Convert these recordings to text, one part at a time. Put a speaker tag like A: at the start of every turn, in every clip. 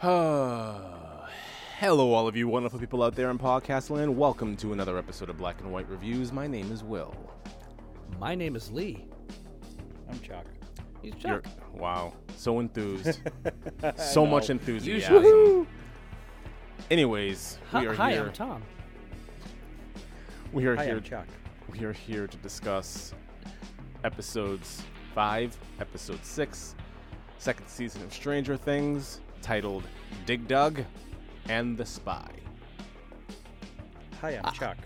A: Hello, all of you wonderful people out there in podcast land. Welcome to another episode of Black and White Reviews. My name is Will.
B: My name is Lee.
C: I'm Chuck.
B: He's
A: You're-
B: Chuck.
A: wow, so enthused, so
C: know.
A: much enthusiasm. Anyways,
B: Hi,
A: we are
B: hi,
A: here.
B: I'm Tom.
A: we are
C: Hi,
A: here.
C: I'm Chuck.
A: We are here to discuss episodes five, episode six, second season of Stranger Things, titled "Dig Dug," and the Spy.
C: Hi,
B: Ah,
C: I'm Chuck.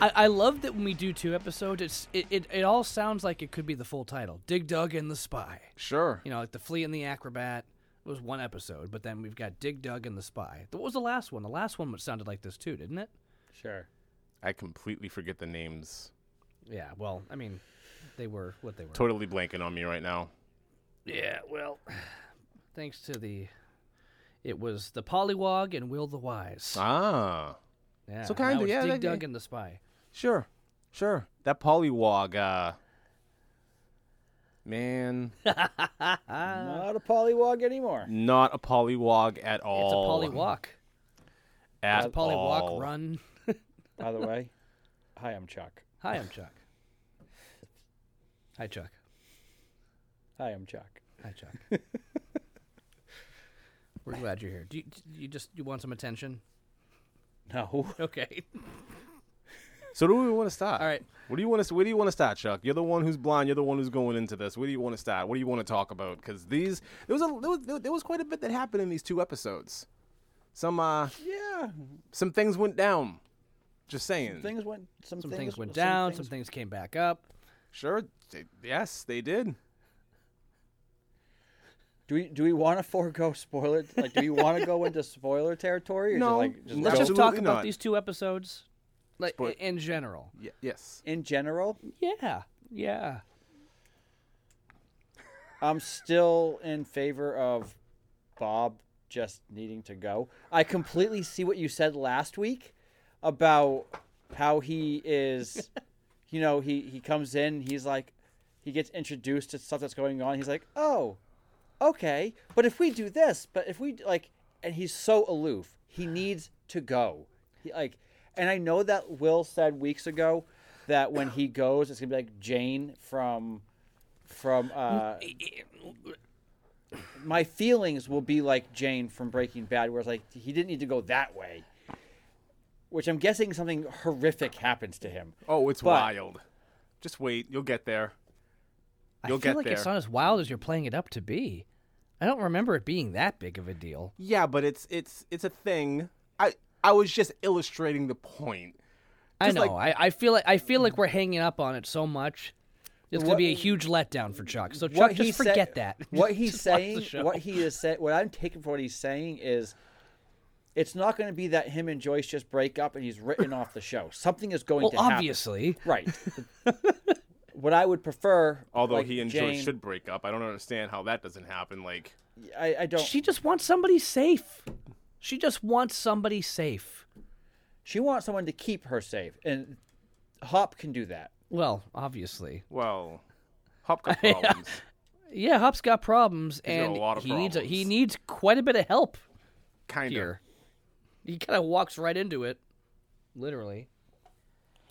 B: I, I love that when we do two episodes, it's it, it, it all sounds like it could be the full title: Dig Dug and the Spy.
A: Sure.
B: You know, like the Flea and the Acrobat. It was one episode, but then we've got Dig Dug and the Spy. What was the last one? The last one sounded like this too, didn't it?
C: sure.
A: I completely forget the names.
B: Yeah. Well, I mean, they were what they were.
A: Totally blanking on me right now.
B: yeah. Well, thanks to the, it was the Pollywog and Will the Wise.
A: Ah.
B: yeah.
A: so kinda,
B: now it's
A: yeah,
B: Dig
A: that-
B: Dug and the Spy.
A: Sure, sure. That polywog, uh, man,
C: Not a polywog anymore.
A: not a polywog at
B: It's a
A: all.
B: Pollywalk.
A: At
B: It's a Pollywalk
A: all.
B: run.
C: By the way, hi, I'm Chuck.
B: Hi, I'm Chuck. Hi, Chuck.
C: Hi, I'm Chuck.
B: Hi, Chuck. We're glad you're here. Do you, you just you want some attention?
C: No.
B: Okay.
A: So, do we want to start?
B: All right.
A: What do you want to? Where do you want to start, Chuck? You're the one who's blind. You're the one who's going into this. Where do you want to start? What do you want to talk about? Because these, there was a, there was, there was quite a bit that happened in these two episodes. Some, uh,
C: Yeah.
A: some things went down. Just saying.
C: Things went. Some,
B: Some things went down. Some things came back up.
A: Sure. they- yes, they did.
C: Do we do we want to forego spoiler? Like, do we want to go into spoiler territory? Or
A: No.
C: Like, just
A: No.
B: Let's
C: go
B: just talk
A: Absolutely
B: about
A: not.
B: these two episodes, like
A: Spoil-
B: in general.
A: Ye- yes.
C: in general.
B: Yeah. Yeah.
C: I'm still in favor of Bob just needing to go. I completely see what you said last week about how he is, you know, he, he comes in, he's like, he gets introduced to stuff that's going on. He's like, oh, okay, but if we do this, but if we, like, and he's so aloof, he needs to go. He, like, and I know that Will said weeks ago that when he goes, it's going to be like Jane from, from, uh, my feelings will be like Jane from Breaking Bad, where it's like he didn't need to go that way. Which I'm guessing something horrific happens to him.
A: Oh, it's
C: But-
A: wild. Just wait. You'll get there.
B: I
A: You'll
B: feel
A: get
B: like it's
A: there.
B: not as wild as you're playing it up to be. I don't remember it being that big of a deal.
A: Yeah, but it's it's it's a thing. I I was just illustrating the point.
B: I
A: Just
B: know. I, I feel like I feel like we're hanging up on it so much. It's gonna
C: What-
B: be a huge letdown for Chuck. So Chuck, just
C: sa-
B: forget that.
C: What he's
B: Just watch the
C: saying,
B: show.
C: what he is saying, what I'm taking for what he's saying is, it's not going to be that him and Joyce just break up and he's written off the show. Something is going
B: well,
C: to happen.
B: obviously,
C: right. what I would prefer,
A: Although
C: like
A: he and
C: Jane,
A: Joyce should break up. I don't understand how that doesn't happen. Like
C: I, I don't.
B: she just wants somebody safe. She just wants somebody safe.
C: she wants someone to keep her safe, and Hop can do that.
B: Well, obviously,
A: well, Hopka problems.
B: yeah. Hop's got problems,
A: got a
B: and
A: lot of
B: he needs a, he
A: problems.
B: needs quite a bit of help
A: kind of.
B: here. He kind of walks right into it, literally.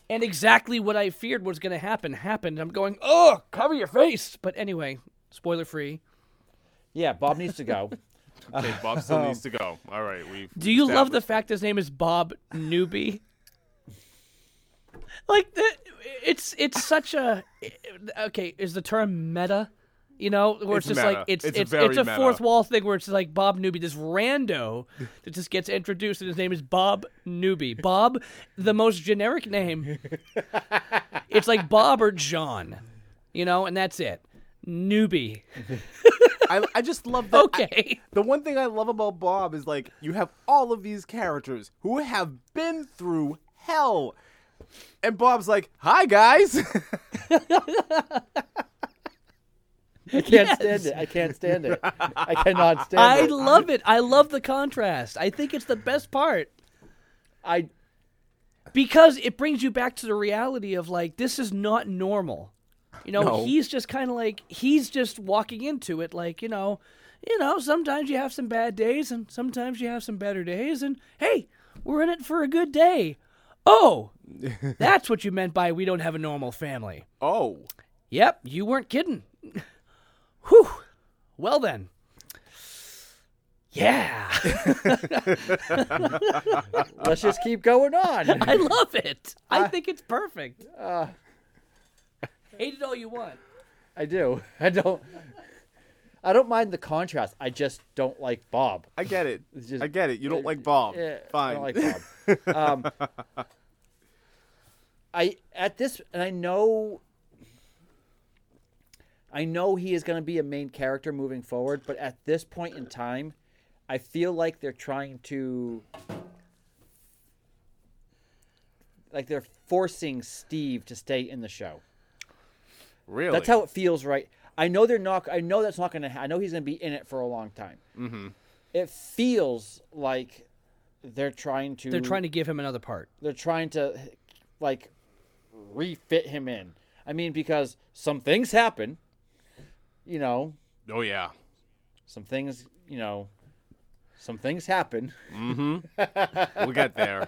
B: And exactly what I feared was going to happen happened. I'm going, oh, cover your face. But anyway, spoiler free.
C: Yeah, Bob needs to go.
A: Okay, Bob still needs to go. All right, we.
B: Do you love the fact his name is Bob Newby? like the, it's it's such a okay. Is the term meta? You know, where it's,
A: It's
B: just
A: meta.
B: like it's
A: It's
B: it's it's,
A: very
B: a
A: meta.
B: fourth wall thing where it's just like Bob Newby, this rando that just gets introduced, and his name is Bob Newby. Bob, the most generic name. it's like Bob or John, you know, and that's it. Newbie.
A: I, I just love that.
B: Okay.
A: the one thing I love about Bob is like you have all of these characters who have been through hell, and Bob's like, "Hi guys."
C: I can't stand it. I can't stand it. I cannot stand
A: uh,
B: I
C: it.
B: love it. I love the contrast. I think it's the best part.
C: I
B: because it brings you back to the reality of like this is not normal. You know,
A: No.
B: he's just kind of like he's just walking into it like, you know, you know, sometimes you have some bad days and sometimes you have some better days. And hey, we're in it for a good day. Oh, that's what you meant by we don't have a normal family.
A: Oh,
B: Yep, you weren't kidding. Whew. Well then. Yeah.
C: Let's just keep going on.
B: I love it. I think it's perfect.
C: Uh,
B: Hate it all you want.
C: I do. I don't. I don't mind the contrast. I just don't like Bob.
A: I get it.
C: It's just-
A: I get it. You don't like Bob.
C: Yeah,
A: Fine.
C: I don't like Bob. um, I at this, and I know, I know he is going to be a main character moving forward. But at this point in time, I feel like they're trying to, like they're forcing Steve to stay in the show.
A: really?
C: That's how it feels, right? I know they're not. I know that's not going to. I know he's going to be in it for a long time. Mm-hmm. It feels like they're trying to.
B: They're trying to give him another part.
C: They're trying to, like, refit him in. I mean, because some things happen. You know,
A: Oh yeah.
C: some things. You know, some things happen.
A: We'll get there.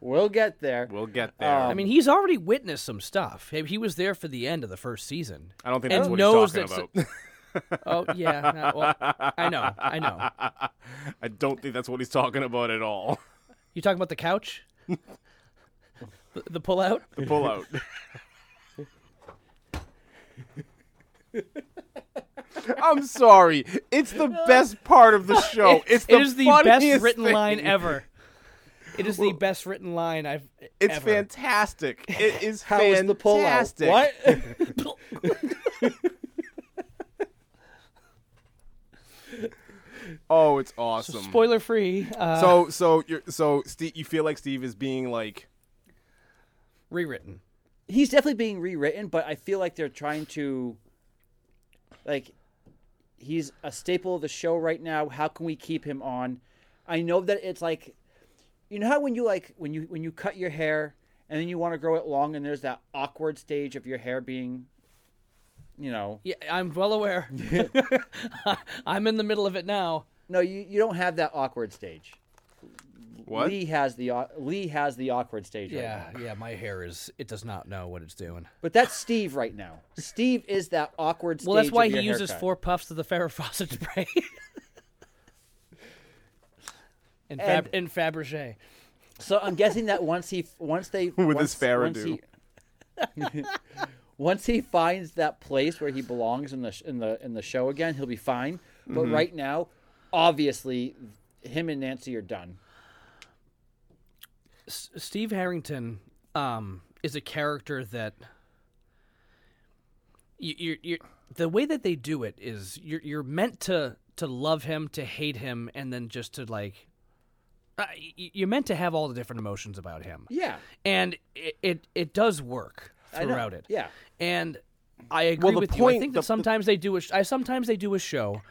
C: We'll get there.
A: We'll get there.
C: Um,
B: I mean, he's already witnessed some stuff. He he was there for the end of the first season.
A: I don't think
B: and
A: that's what
B: knows
A: he's talking
B: that's-
A: about.
B: Oh yeah, no, well, I know, I know.
A: I don't think that's what he's talking about at all.
B: You talking about the couch? the, the pullout?
A: The pullout. I'm sorry. It's the best part of the show. Oh, It's the
B: it is the best
A: funniest
B: written
A: thing.
B: line
C: e-
B: ever. It is the best written line I've.
A: It's
B: ever.
A: fantastic. It is
C: How is
A: fantastic.
C: the pullout? What?
A: Oh, it's awesome.
B: Spoiler free. Uh,
A: so so you're so Steve you feel like Steve is being like
B: rewritten.
C: he's definitely being rewritten, but I feel like they're trying to like he's a staple of the show right now. How can we keep him on? I know that it's like you know how when you like when you when you cut your hair and then you want to grow it long and there's that awkward stage of your hair being you know
B: Yeah, I'm well aware. I'm in the middle of it now.
C: no you, you don't have that awkward stage
A: what?
C: lee has the au- lee has the awkward stage right now.
B: Yeah, yeah. My hair is. It does not know what it's doing.
C: but that's steve right now steve is that awkward stage
B: Well, that's
C: of
B: why
C: your
B: he uses
C: haircut.
B: four puffs of the Farrah Fawcett spray. and, Fab- and Fabergé.
C: So I'm guessing that once he once they
A: With
C: once,
A: his Faraday.
C: once he, once he finds that place where he belongs in the sh- in the in the show again, he'll be fine. But right now, obviously, him and Nancy are done.
B: S- Steve Harrington um, is a character that you, you're, you're the way that they do it is you're you're meant to to love him, to hate him, and then just to like uh, y- y- you're meant to have all the different emotions about him,
C: Yeah,
B: and it it, it does work
C: I know.
B: throughout it.
C: Yeah,
B: and I agree
A: the
B: with you. I
A: point-
B: think that
A: the- the-
B: sometimes they do a sh- I sometimes they do a show,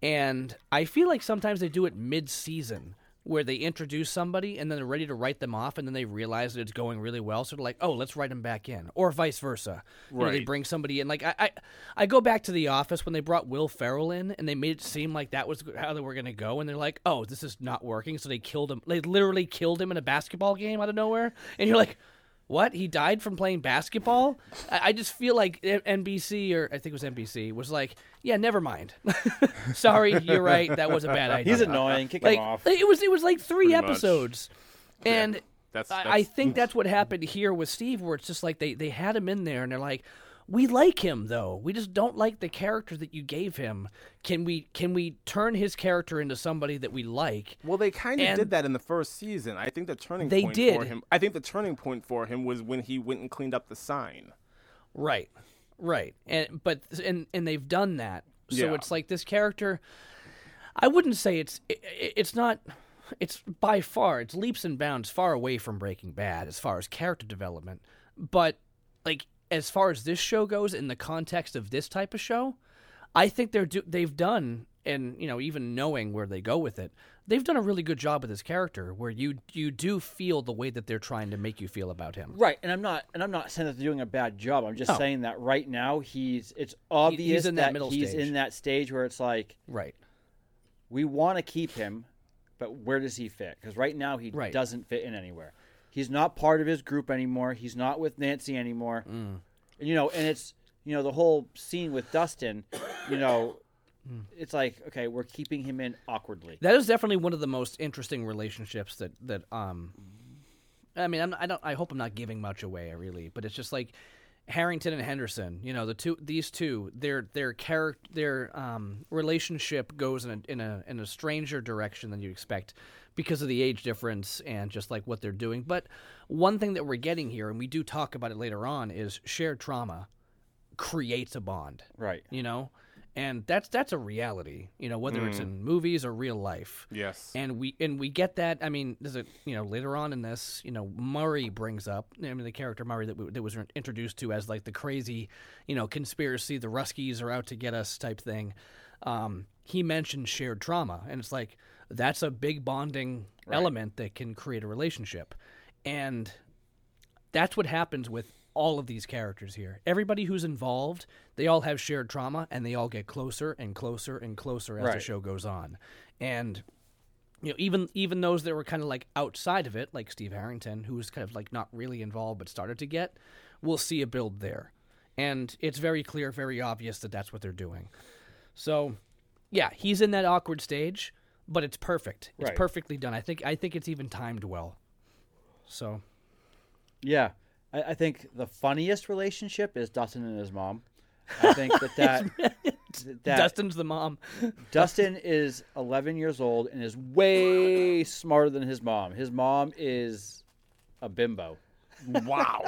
B: and I feel like sometimes they do it mid-season where they introduce somebody and then they're ready to write them off, and then they realize that it's going really well, so they're like, "Oh, let's write them back in," or vice versa. You know, they
A: Right.
B: bring somebody in. Like I, I, I go back to The Office when they brought Will Ferrell in, and they made it seem like that was how they were going to go, and they're like, "Oh, this is not working," so they killed him. They literally killed him in a basketball game out of nowhere, and you're like. What? He died from playing basketball? I, I just feel like N- NBC or I think it was NBC was like, yeah, never mind. Sorry, you're right. That was a bad idea.
C: he's annoying. Kick
B: Like
C: him off.
B: it was. It was like three
A: Pretty much.
B: episodes, and
A: That's, that's
B: I, I think that's what happened here with Steve, where it's just like they they had him in there and they're like, we like him though. We just don't like the character that you gave him. Can we can we turn his character into somebody that we like?
A: Well, they kind of
B: And-
A: did that in the first season. I think the turning
B: They
A: point for
B: did.
A: him. I think the turning point for him was when he went and cleaned up the sign.
B: Right. Right. And but and and they've done that. So
A: Yeah.
B: it's like this character I wouldn't say it's i i- it's not it's by far it's leaps and bounds far away from Breaking Bad as far as character development, but like as far as this show goes in the context of this type of show, I think they're do- they've done and you know even knowing where they go with it, they've done a really good job with his character where you you do feel the way that they're trying to make you feel about him.
C: Right, and I'm not and I'm not saying that they're doing a bad job. I'm just
B: No.
C: saying that right now he's it's obvious
B: in that
C: that,
B: middle
C: he's
B: stage.
C: in that stage where it's like
B: Right.
C: we want to keep him, but where does he fit? Because right now he
B: Right.
C: doesn't fit in anywhere. He's not part of his group anymore. He's not with Nancy anymore.
B: Mm.
C: And you know, and it's you know the whole scene with Dustin. You know, it's like okay, we're keeping him in awkwardly.
B: That is definitely one of the most interesting relationships that that um I mean, I'm, I don't I hope I'm not giving much away really, but it's just like Harrington and Henderson, you know, the two these two, their their character their um relationship goes in a in a in a stranger direction than you'd expect because of the age difference and just like what they're doing. But one thing that we're getting here and we do talk about it later on is shared trauma creates a bond
C: Right.
B: you know and that's that's a reality you know whether it's in movies or real life
A: Yes.
B: and we and we get that i mean there's a you know later on in this you know murray brings up i mean the character murray that, we, that was introduced to as like the crazy you know conspiracy the ruskies are out to get us type thing um, he mentioned shared trauma and it's like that's a big bonding element that can create a relationship and that's what happens with all of these characters here. Everybody who's involved, they all have shared trauma and they all get closer and closer and closer as the
C: Right.
B: show goes on. And you know, even even those that were kind of like outside of it, like Steve Harrington, who was kind of like not really involved but started to get, we'll see a build there. And it's very clear, very obvious that that's what they're doing. So, yeah, he's in that awkward stage, but it's perfect. It's
C: Right.
B: perfectly done. I think I think it's even timed well. So,
C: Yeah, I, I think the funniest relationship is Dustin and his mom. I think that that, that
B: Dustin's the mom.
C: Dustin is 11 years old and is way smarter than his mom. His mom is a bimbo.
A: wow.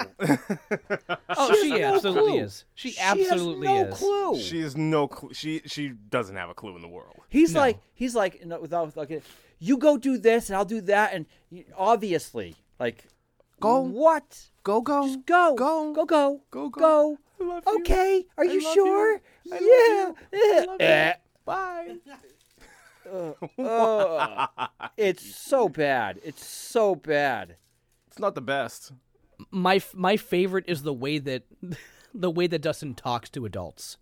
B: Oh, she, absolutely is. She, absolutely
C: she has no
B: is.
C: clue.
A: she is no clue. She she doesn't have a clue in the world.
C: he's like he's like no, without without getting- you go do this and I'll do that and y- obviously like go what
A: Go go.
C: just go
A: Go.
C: go go
A: Go,
C: go.
A: go. I love you.
C: okay are
A: I
C: you
A: love you.
C: sure
A: I love
C: yeah
A: you.
C: Eh.
A: I love you.
C: Eh.
A: Bye.
C: Ugh. it's so bad. It's so bad.
A: It's not the best.
B: My f- my favorite is the way that the way that Dustin talks to adults.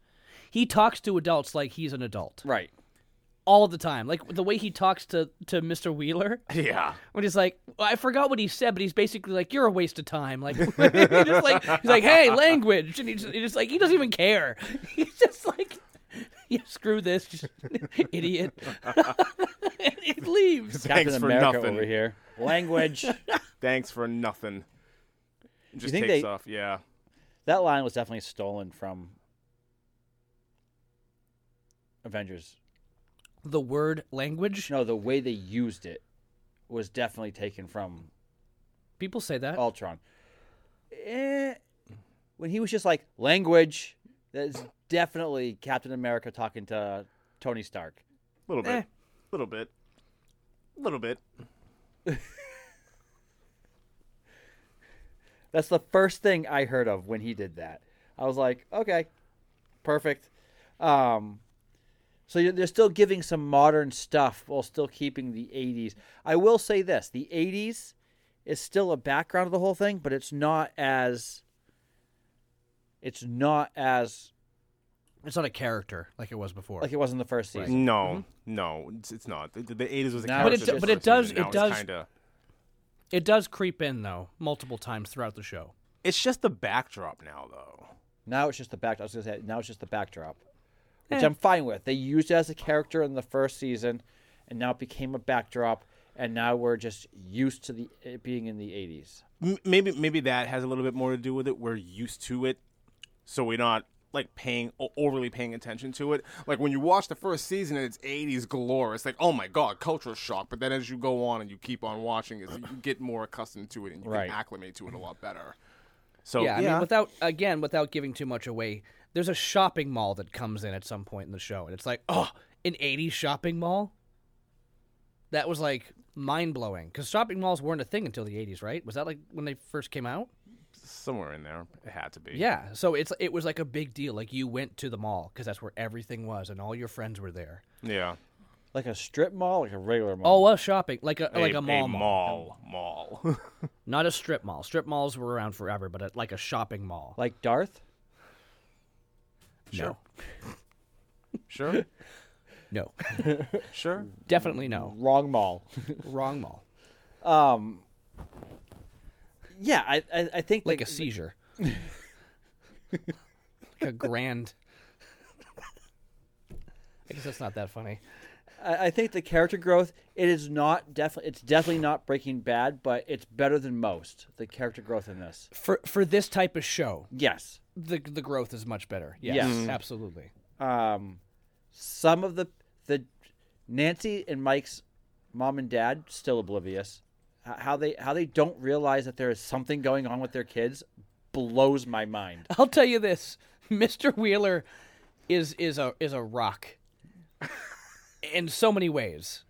B: He talks to adults like he's an adult
C: Right.
B: all the time. Like the way he talks to to Mr. Wheeler
A: Yeah.
B: when he's like, I forgot what he said, but he's basically like, "You're a waste of time." Like, he just like he's like, "Hey, language," and he's, he's just like he doesn't even care. He's just like, "Yeah, screw this, just idiot." and he leaves.
A: Thanks
C: Captain
A: for
C: America
A: nothing.
C: over here. Language.
A: Thanks for nothing. Just
C: think
A: takes
C: they-
A: off. Yeah.
C: that line was definitely stolen from Avengers.
B: the word language.
C: No, the way they used it was definitely taken from
B: People say that.
C: Ultron. Eh, when he was just like language, that's definitely Captain America talking to Tony Stark.
A: A little bit.
B: Eh.
A: little bit. little bit.
C: That's the first thing I heard of when he did that. I was like, okay, perfect. Um, so you're- they're still giving some modern stuff while still keeping the 80s. I will say this the 80s is still a background of the whole thing, but it's not as. It's not as.
B: It's not a character like it was before.
C: Like it was in the first season.
A: No,
B: Mm-hmm.
A: no, it's, it's not. The, the 80s was a
C: Now it's
A: character
C: just-
A: for
C: but it
A: the
B: does-
A: season.
B: it
A: Now it's
B: does-
A: Kinda,
B: it does creep in though multiple times throughout the show.
A: it's just the backdrop now, though.
C: Now it's just the back. I was gonna say now it's just the backdrop, which I'm fine with. They used it as a character in the first season, and now it became a backdrop, and now we're just used to the it being in the '80s.
A: M- maybe maybe that has a little bit more to do with it. We're used to it, so we're not like paying o- overly paying attention to it. Like when you watch the first season and it's 80s galore, it's like oh my god, cultural shock. But then as you go on and you keep on watching, it, you get more accustomed to it and you
C: Right.
A: can acclimate to it a lot better. So
B: yeah,
A: Oh. yeah,
B: I mean, without again, without giving too much away, there's a shopping mall that comes in at some point in the show, and it's like, oh, an '80s shopping mall. That was like mind blowing because shopping malls weren't a thing until the '80s, right? Was that like when they first came out?
A: somewhere in there it had to be.
B: Yeah, so it's it was like
A: Mm.
B: a big deal. Like you went to the mall because that's where everything was, and all your friends were there.
A: yeah.
C: Like a strip mall, like a regular
B: Oh,
C: mall.
B: well, shopping like a like a, mall, mall,
A: mall, mall.
B: not a strip mall. Strip malls were around forever, but a, like a shopping mall.
C: like Darth.
B: no,
A: sure,
B: no,
A: sure.
B: definitely no.
C: Wrong mall.
B: Wrong mall.
C: Um. Yeah, I I, I think
B: Like
C: that-
B: a seizure. like a grand. I guess that's not that funny.
C: I, I think the character growth it is not definitely it's definitely not Breaking Bad, but it's better than most the character growth in this.
B: For for this type of show,
C: Yes.
B: the the growth is much better. Yes,
C: Yes. Mm.
B: absolutely.
C: Um, some of the the Nancy and Mike's mom and dad still oblivious. H- How they how they don't realize that there is something going on with their kids blows my mind.
B: I'll tell you this, Mr. Wheeler is is a is a rock in so many ways.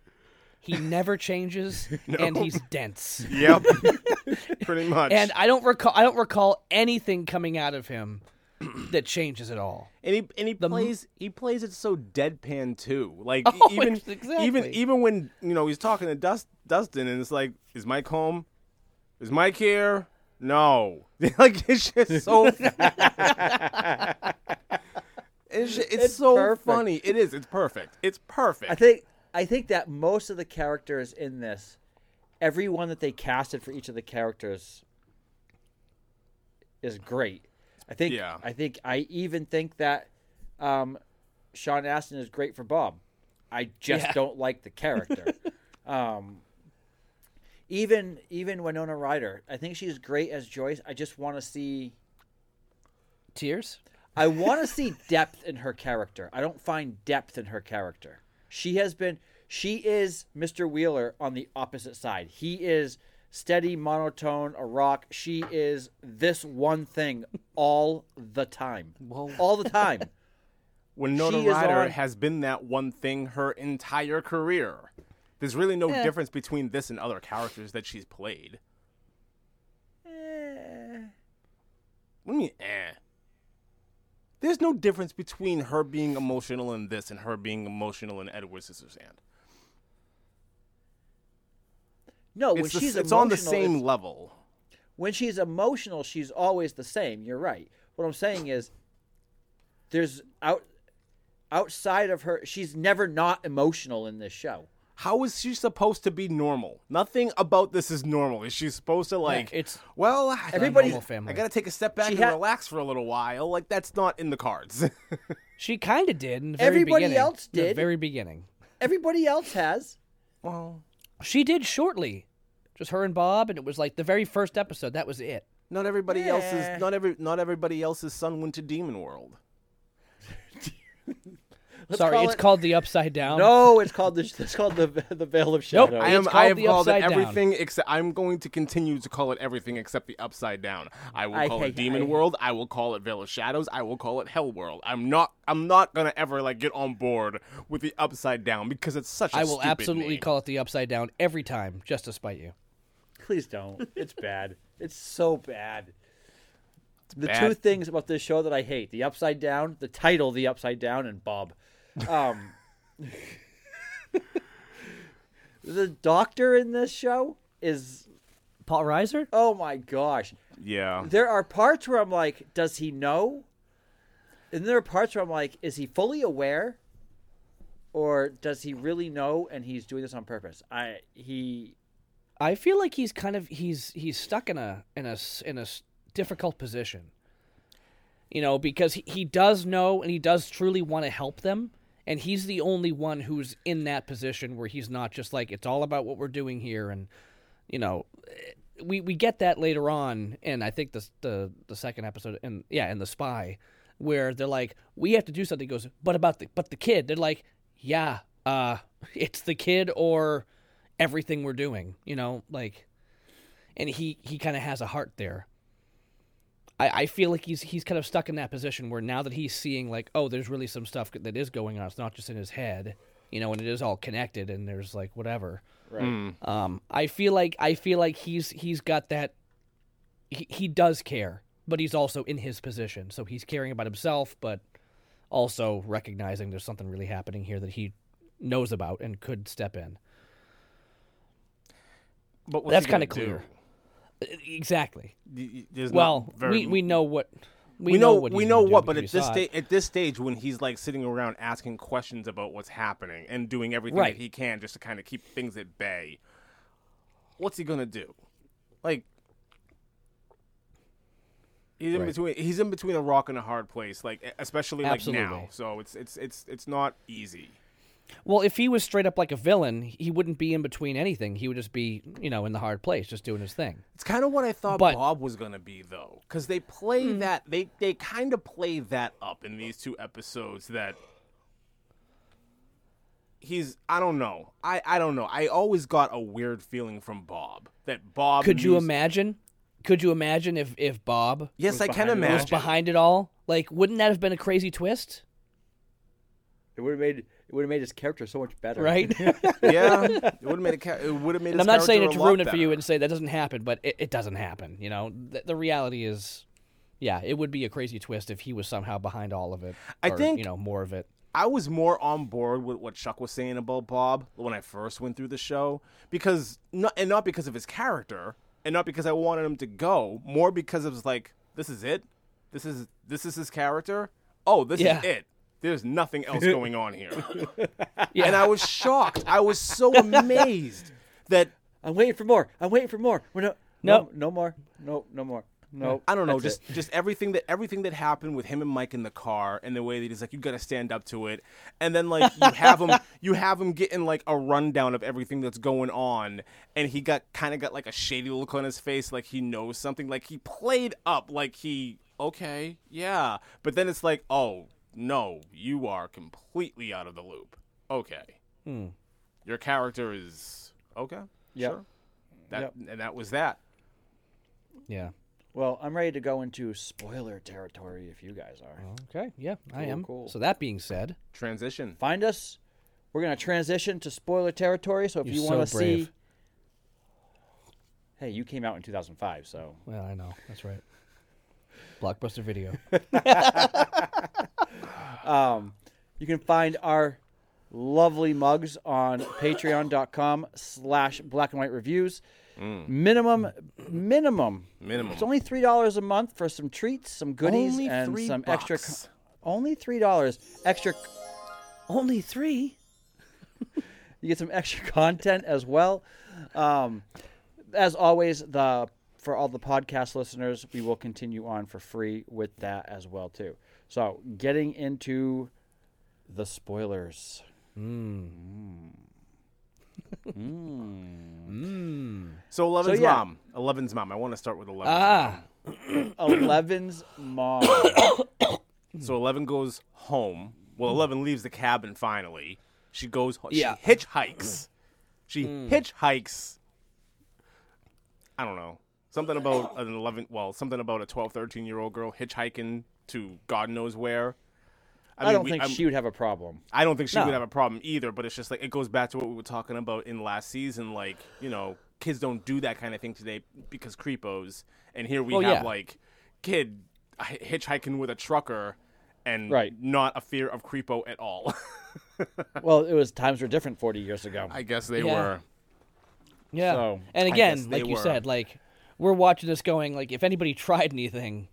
B: He never changes and he's dense.
A: Yep, pretty much.
B: And I don't recall I don't recall anything coming out of him that changes at all.
A: And he and he plays he plays it so deadpan too. Like
B: Oh,
A: even
B: it's- exactly.
A: even even when you know he's talking to Dust, Dustin and it's like, is Mike home? Is Mike here? No. like it's just so. it's, ju- it's so
C: perfect.
A: funny. It is. It's perfect. It's perfect.
C: I think I think that most of the characters in this, everyone that they casted for each of the characters is great. I think
A: Yeah.
C: I think I even think that um, Sean Astin is great for Bob. I just
B: Yeah.
C: don't like the character. um, even even Winona Ryder, I think she's great as Joyce. I just want to see
B: Tears?
C: I want to see depth in her character. I don't find depth in her character. She has been. She is Mr. Wheeler on the opposite side. He is steady, monotone, a rock. She is this one thing all the time. All the time.
A: Winona
C: She is
A: Ryder
C: on-
A: has been that one thing her entire career. There's really no difference between this and other characters that she's played.
C: Eh.
A: What do you mean, eh? There's no difference between her being emotional in this and her being emotional in Edward Scissorhand.
C: No, when
A: It's, the-
C: she's
A: it's
C: emotional,
A: on the same
C: it's-
A: level.
C: when she's emotional, she's always the same. You're right. What I'm saying is, there's out outside of her. She's never not emotional in this show.
A: How is she supposed to be normal? Nothing about this is normal. Is she supposed to like?
B: it's-
A: well, I-
C: Everybody-
B: normal family.
A: I gotta take a step back
C: She
A: and
C: ha-
A: relax for a little while. Like that's not in the cards.
B: She kind of did. In the very
C: Everybody
B: beginning.
C: else
B: In the
C: did.
B: very beginning.
C: Everybody else has.
A: well,
B: She did shortly. Just her and Bob, and it was like the very first episode. That was it.
A: Not everybody
C: Yeah.
A: else's not every not everybody else's son went to Demon World.
B: Sorry,
C: call
B: it's
C: it-
B: called the Upside Down.
C: No, it's called the it's called the the Veil of Shadows.
A: Um, I
B: It's
A: am I
B: called
A: have
B: the
A: called it
B: Upside Down.
A: everything except I'm going to continue to call it everything except the upside down. I will
C: I
A: call
C: hate-
A: it Demon
C: I-
A: World, I will call it Veil of Shadows, I will call it Hell World. I'm not I'm not gonna ever like get on board with the upside down because it's such a
B: I will
A: stupid
B: absolutely
A: name.
B: call it the Upside Down every time, just to spite you.
C: Please don't. It's bad. It's so bad. the
A: bad.
C: two things about this show that I hate: the Upside Down, the title, the Upside Down, and Bob. Um, the doctor in this show is
B: Paul Reiser?
C: oh my gosh.
A: Yeah.
C: There are parts where I'm like, does he know? And there are parts where I'm like, is he fully aware? Or does he really know and he's doing this on purpose? I he
B: I feel like he's kind of he's he's stuck in a in a s- in a s- difficult position. You know, because he, he does know and he does truly want to help them, and he's the only one who's in that position where he's not just like it's all about what we're doing here and you know, eh, we we get that later on in I think the the the second episode and yeah, in the spy where they're like we have to do something He goes but about the but the kid they're like yeah uh it's the kid or everything we're doing you know like and he he kind of has a heart there I, I feel like he's he's kind of stuck in that position where now that he's seeing like oh there's really some stuff that is going on it's not just in his head you know and it is all connected and there's like whatever
C: right.
B: um, I feel like I feel like he's he's got that. He, he does care, but he's also in his position, so he's caring about himself, but also recognizing there's something really happening here that he knows about and could step in.
A: But
B: That's kinda clear. E, Exactly. well, we, we know what we,
A: we know,
B: what
A: we
B: he's
A: know
B: gonna do
A: what, but at
B: because we
A: this
B: saw it.
A: stage, at this stage, when he's like sitting around asking questions about what's happening and doing everything
B: Right.
A: that he can just to kind of keep things at bay, what's he gonna do? Like, he's in
B: Right.
A: between. He's in between a rock and a hard place, like e- especially like now.
B: Absolutely.
A: So it's it's it's it's not easy.
B: Well, if he was straight up like a villain, he wouldn't be in between anything. He would just be, you know, in the hard place, just doing his thing.
A: It's kind of what I thought
B: But-
A: Bob was gonna be though, because they play that they they kind of play that up in these two episodes that he's I don't know I I don't know I always got a weird feeling from Bob that Bob
B: Could you
A: knew-
B: imagine? Could you imagine if if Bob
A: Yes, I can
C: behind it all?
B: was
A: imagine.
B: behind it all? Like, wouldn't that have been a crazy twist?
C: It would have made it would have made his character so much better.
B: Right?
A: yeah, it would have made a ca- it would have made.
B: and
A: his
B: I'm not saying it
A: character
B: to
A: a lot
B: ruin it for you
A: better.
B: and say that doesn't happen, but it, it doesn't happen. You know, Th- the reality is, yeah, it would be a crazy twist if he was somehow behind all of it.
A: I
B: or,
A: think-
B: you know more of it.
A: I was more on board with what Chuck was saying about Bob when I first went through the show because not and not because of his character and not because I wanted him to go, more because it was like this is it. This is this is his character. Oh, this
B: Yeah.
A: is it. There's nothing else going on here.
B: Yeah,
A: And I was shocked. I was so amazed that
C: I'm waiting for more. I'm waiting for more. We're no,
B: Nope.
C: no, no more. No, no more. No.
A: I don't know,
C: That's
A: just
C: it.
A: just everything that everything that happened with him and Mike in the car, and the way that he's like, you got to stand up to it, and then like you have him, you have him getting like a rundown of everything that's going on, and he got kind of got like a shady look on his face, like he knows something, like he played up, like he okay, yeah, but then it's like, oh no, you are completely out of the loop. Okay, your character is okay,
C: Hmm. Yep.
A: sure, that
C: Yep.
A: and that was that.
B: yeah.
C: Well, I'm ready to go into spoiler territory if you guys are.
B: Okay, yeah, I
C: Cool,
B: am.
C: cool.
B: So that being said,
A: Transition.
C: Find us. We're gonna transition to spoiler territory. So if
B: You're
C: you want to
B: so brave.
C: see, hey, you came out in 2005, so
B: well, I know that's right. Blockbuster Video.
C: um, you can find our lovely mugs on Patreon.com/slash Black and White Reviews. Minimum, minimum.
A: Minimum.
C: It's only three dollars a month for some treats, some goodies,
A: Only
C: and
A: three
C: some extra.
A: bucks.
C: Only three dollars extra.
B: Only three.
C: You get some extra content as well. Um, as always, the for all the podcast listeners, we will continue on for free with that as well too. So, getting into the spoilers.
A: So Eleven's
C: yeah.
A: mom. Eleven's mom. I want to start with Eleven.
B: Ah,
C: Eleven's mom.
A: So Eleven goes home. Well,
C: Mm.
A: Eleven leaves the cabin finally. She goes. ho-
B: Yeah.
A: She hitchhikes. She
C: Mm.
A: hitchhikes. I don't know. Something about an 11, well, something about a 12, 13 year old girl hitchhiking to God knows where.
C: I,
A: mean,
C: don't
A: we-
C: think
A: I'm-
C: she would have a problem.
A: I don't think she
B: No.
A: would have a problem either, but it's just like it goes back to what we were talking about in last season. Like, you know, kids don't do that kind of thing today because creepos. And here we
B: Well,
A: have
B: yeah.
A: like kid hi- hitchhiking with a trucker and
C: Right.
A: not a fear of creepo at all.
C: Well, it was times were different 40 years ago.
A: I guess they
B: Yeah.
A: were.
B: yeah.
C: So,
B: and
A: guess
B: again,
A: they
B: like you
A: were.
B: said, like we're watching this going like if anybody tried anything,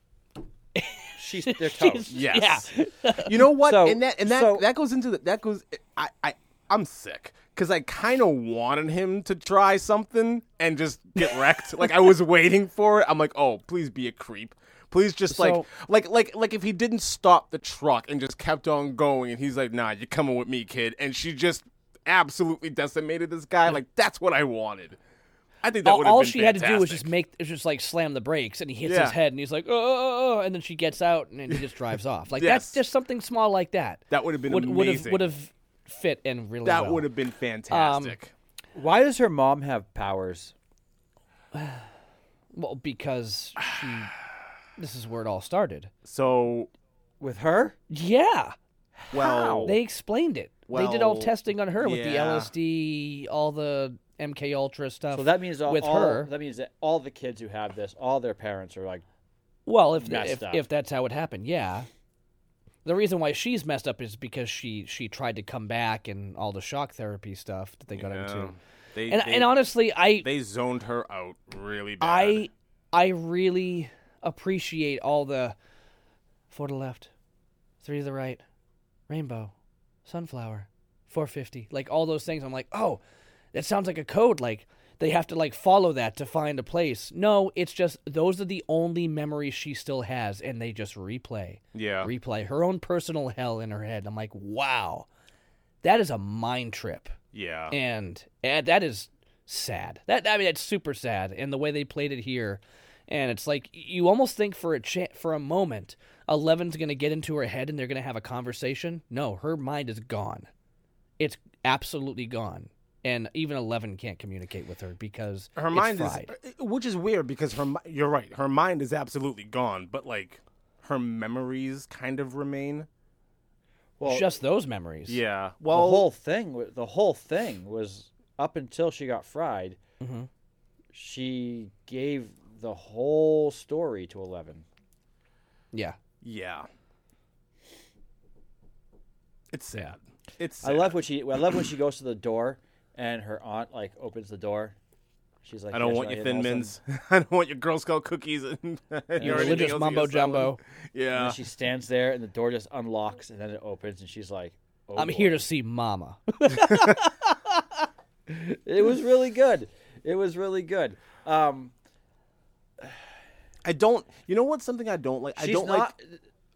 C: She's their toes.
A: Yes. you know what?
C: So-
A: and that and that
C: so-
A: that goes into the that goes. I I I'm sick because I kind of wanted him to try something and just get wrecked. like I was waiting for it. I'm like, oh, please be a creep. Please just
B: So-
A: like like like like if he didn't stop the truck and just kept on going and he's like, nah, you're coming with me, kid. And she just absolutely decimated this guy. Like that's what I wanted. I think that
B: all,
A: would have
B: all
A: been
B: she
A: fantastic.
B: had to do was just make was just like slam the brakes and he hits
A: Yeah.
B: his head and he's like oh, oh, oh, and then she gets out and then he just drives off like
A: Yes.
B: that's just something small like that
A: That would've been
B: would,
A: amazing.
B: would have would have fit in really
A: that
B: well.
A: would have been fantastic.
C: Why does her mom have powers?
B: well because she this is where it all started
A: so
C: With her?
B: yeah
A: well
B: they explained it they did all
A: Well,
B: testing on her with the
A: yeah.
B: LSD all the MK Ultra stuff
C: So that means all,
B: with
C: all-
B: her
C: That means that all the kids who have this, all their parents are like,
B: Well, if
C: messed
B: if,
C: up.
B: if that's how it happened, yeah. the reason why she's messed up is because she she tried to come back and all the shock therapy stuff that they got into.
A: No. They,
B: And
A: they,
B: and honestly, I
A: they zoned her out really bad.
B: I I really appreciate all the four to the left, three to the right, rainbow, sunflower, four fifty, like all those things. I'm like, oh, that sounds like a code. Like they have to like follow that to find a place. No, it's just those are the only memories she still has, and they just replay,
A: yeah.
B: replay her own personal hell in her head. I'm like, wow, that is a mind trip
A: yeah.
B: and, and that is sad. That I mean, it's super sad, and the way they played it here, and it's like you almost think for a cha- for a moment, Eleven's gonna get into her head and they're gonna have a conversation. No, her mind is gone. It's absolutely gone, and even Eleven can't communicate with her because
A: her
B: it's
A: mind is uh,
B: fried.
A: which is weird because her mi- you're right her mind is absolutely gone but like her memories kind of remain
C: Well,
B: just those memories.
A: yeah
C: the
A: well
C: whole thing, wa- the whole thing was up until she got fried.
B: Mhm.
C: She gave the whole story to Eleven.
B: yeah.
A: yeah it's sad it's
C: I
A: sad.
C: love when she. I love when she goes to the door and her aunt like opens the door. She's like,
A: I don't
C: "Here's
A: want
C: what
A: your
C: did,"
A: thin
C: and all of a
A: mints. I don't want your Girl Scout cookies and your
C: Religious
A: anything else you
B: Religious mumbo
A: got selling.
B: jumbo.
C: sudden- And
A: Yeah,
C: then she stands there, and the door just unlocks, and then it opens, and she's like, oh,
B: I'm
C: boy.
B: here to see Mama.
C: It was really good. It was really good. Um,
A: I don't. You know what's something I don't like? I
C: she's
A: don't like.
C: not.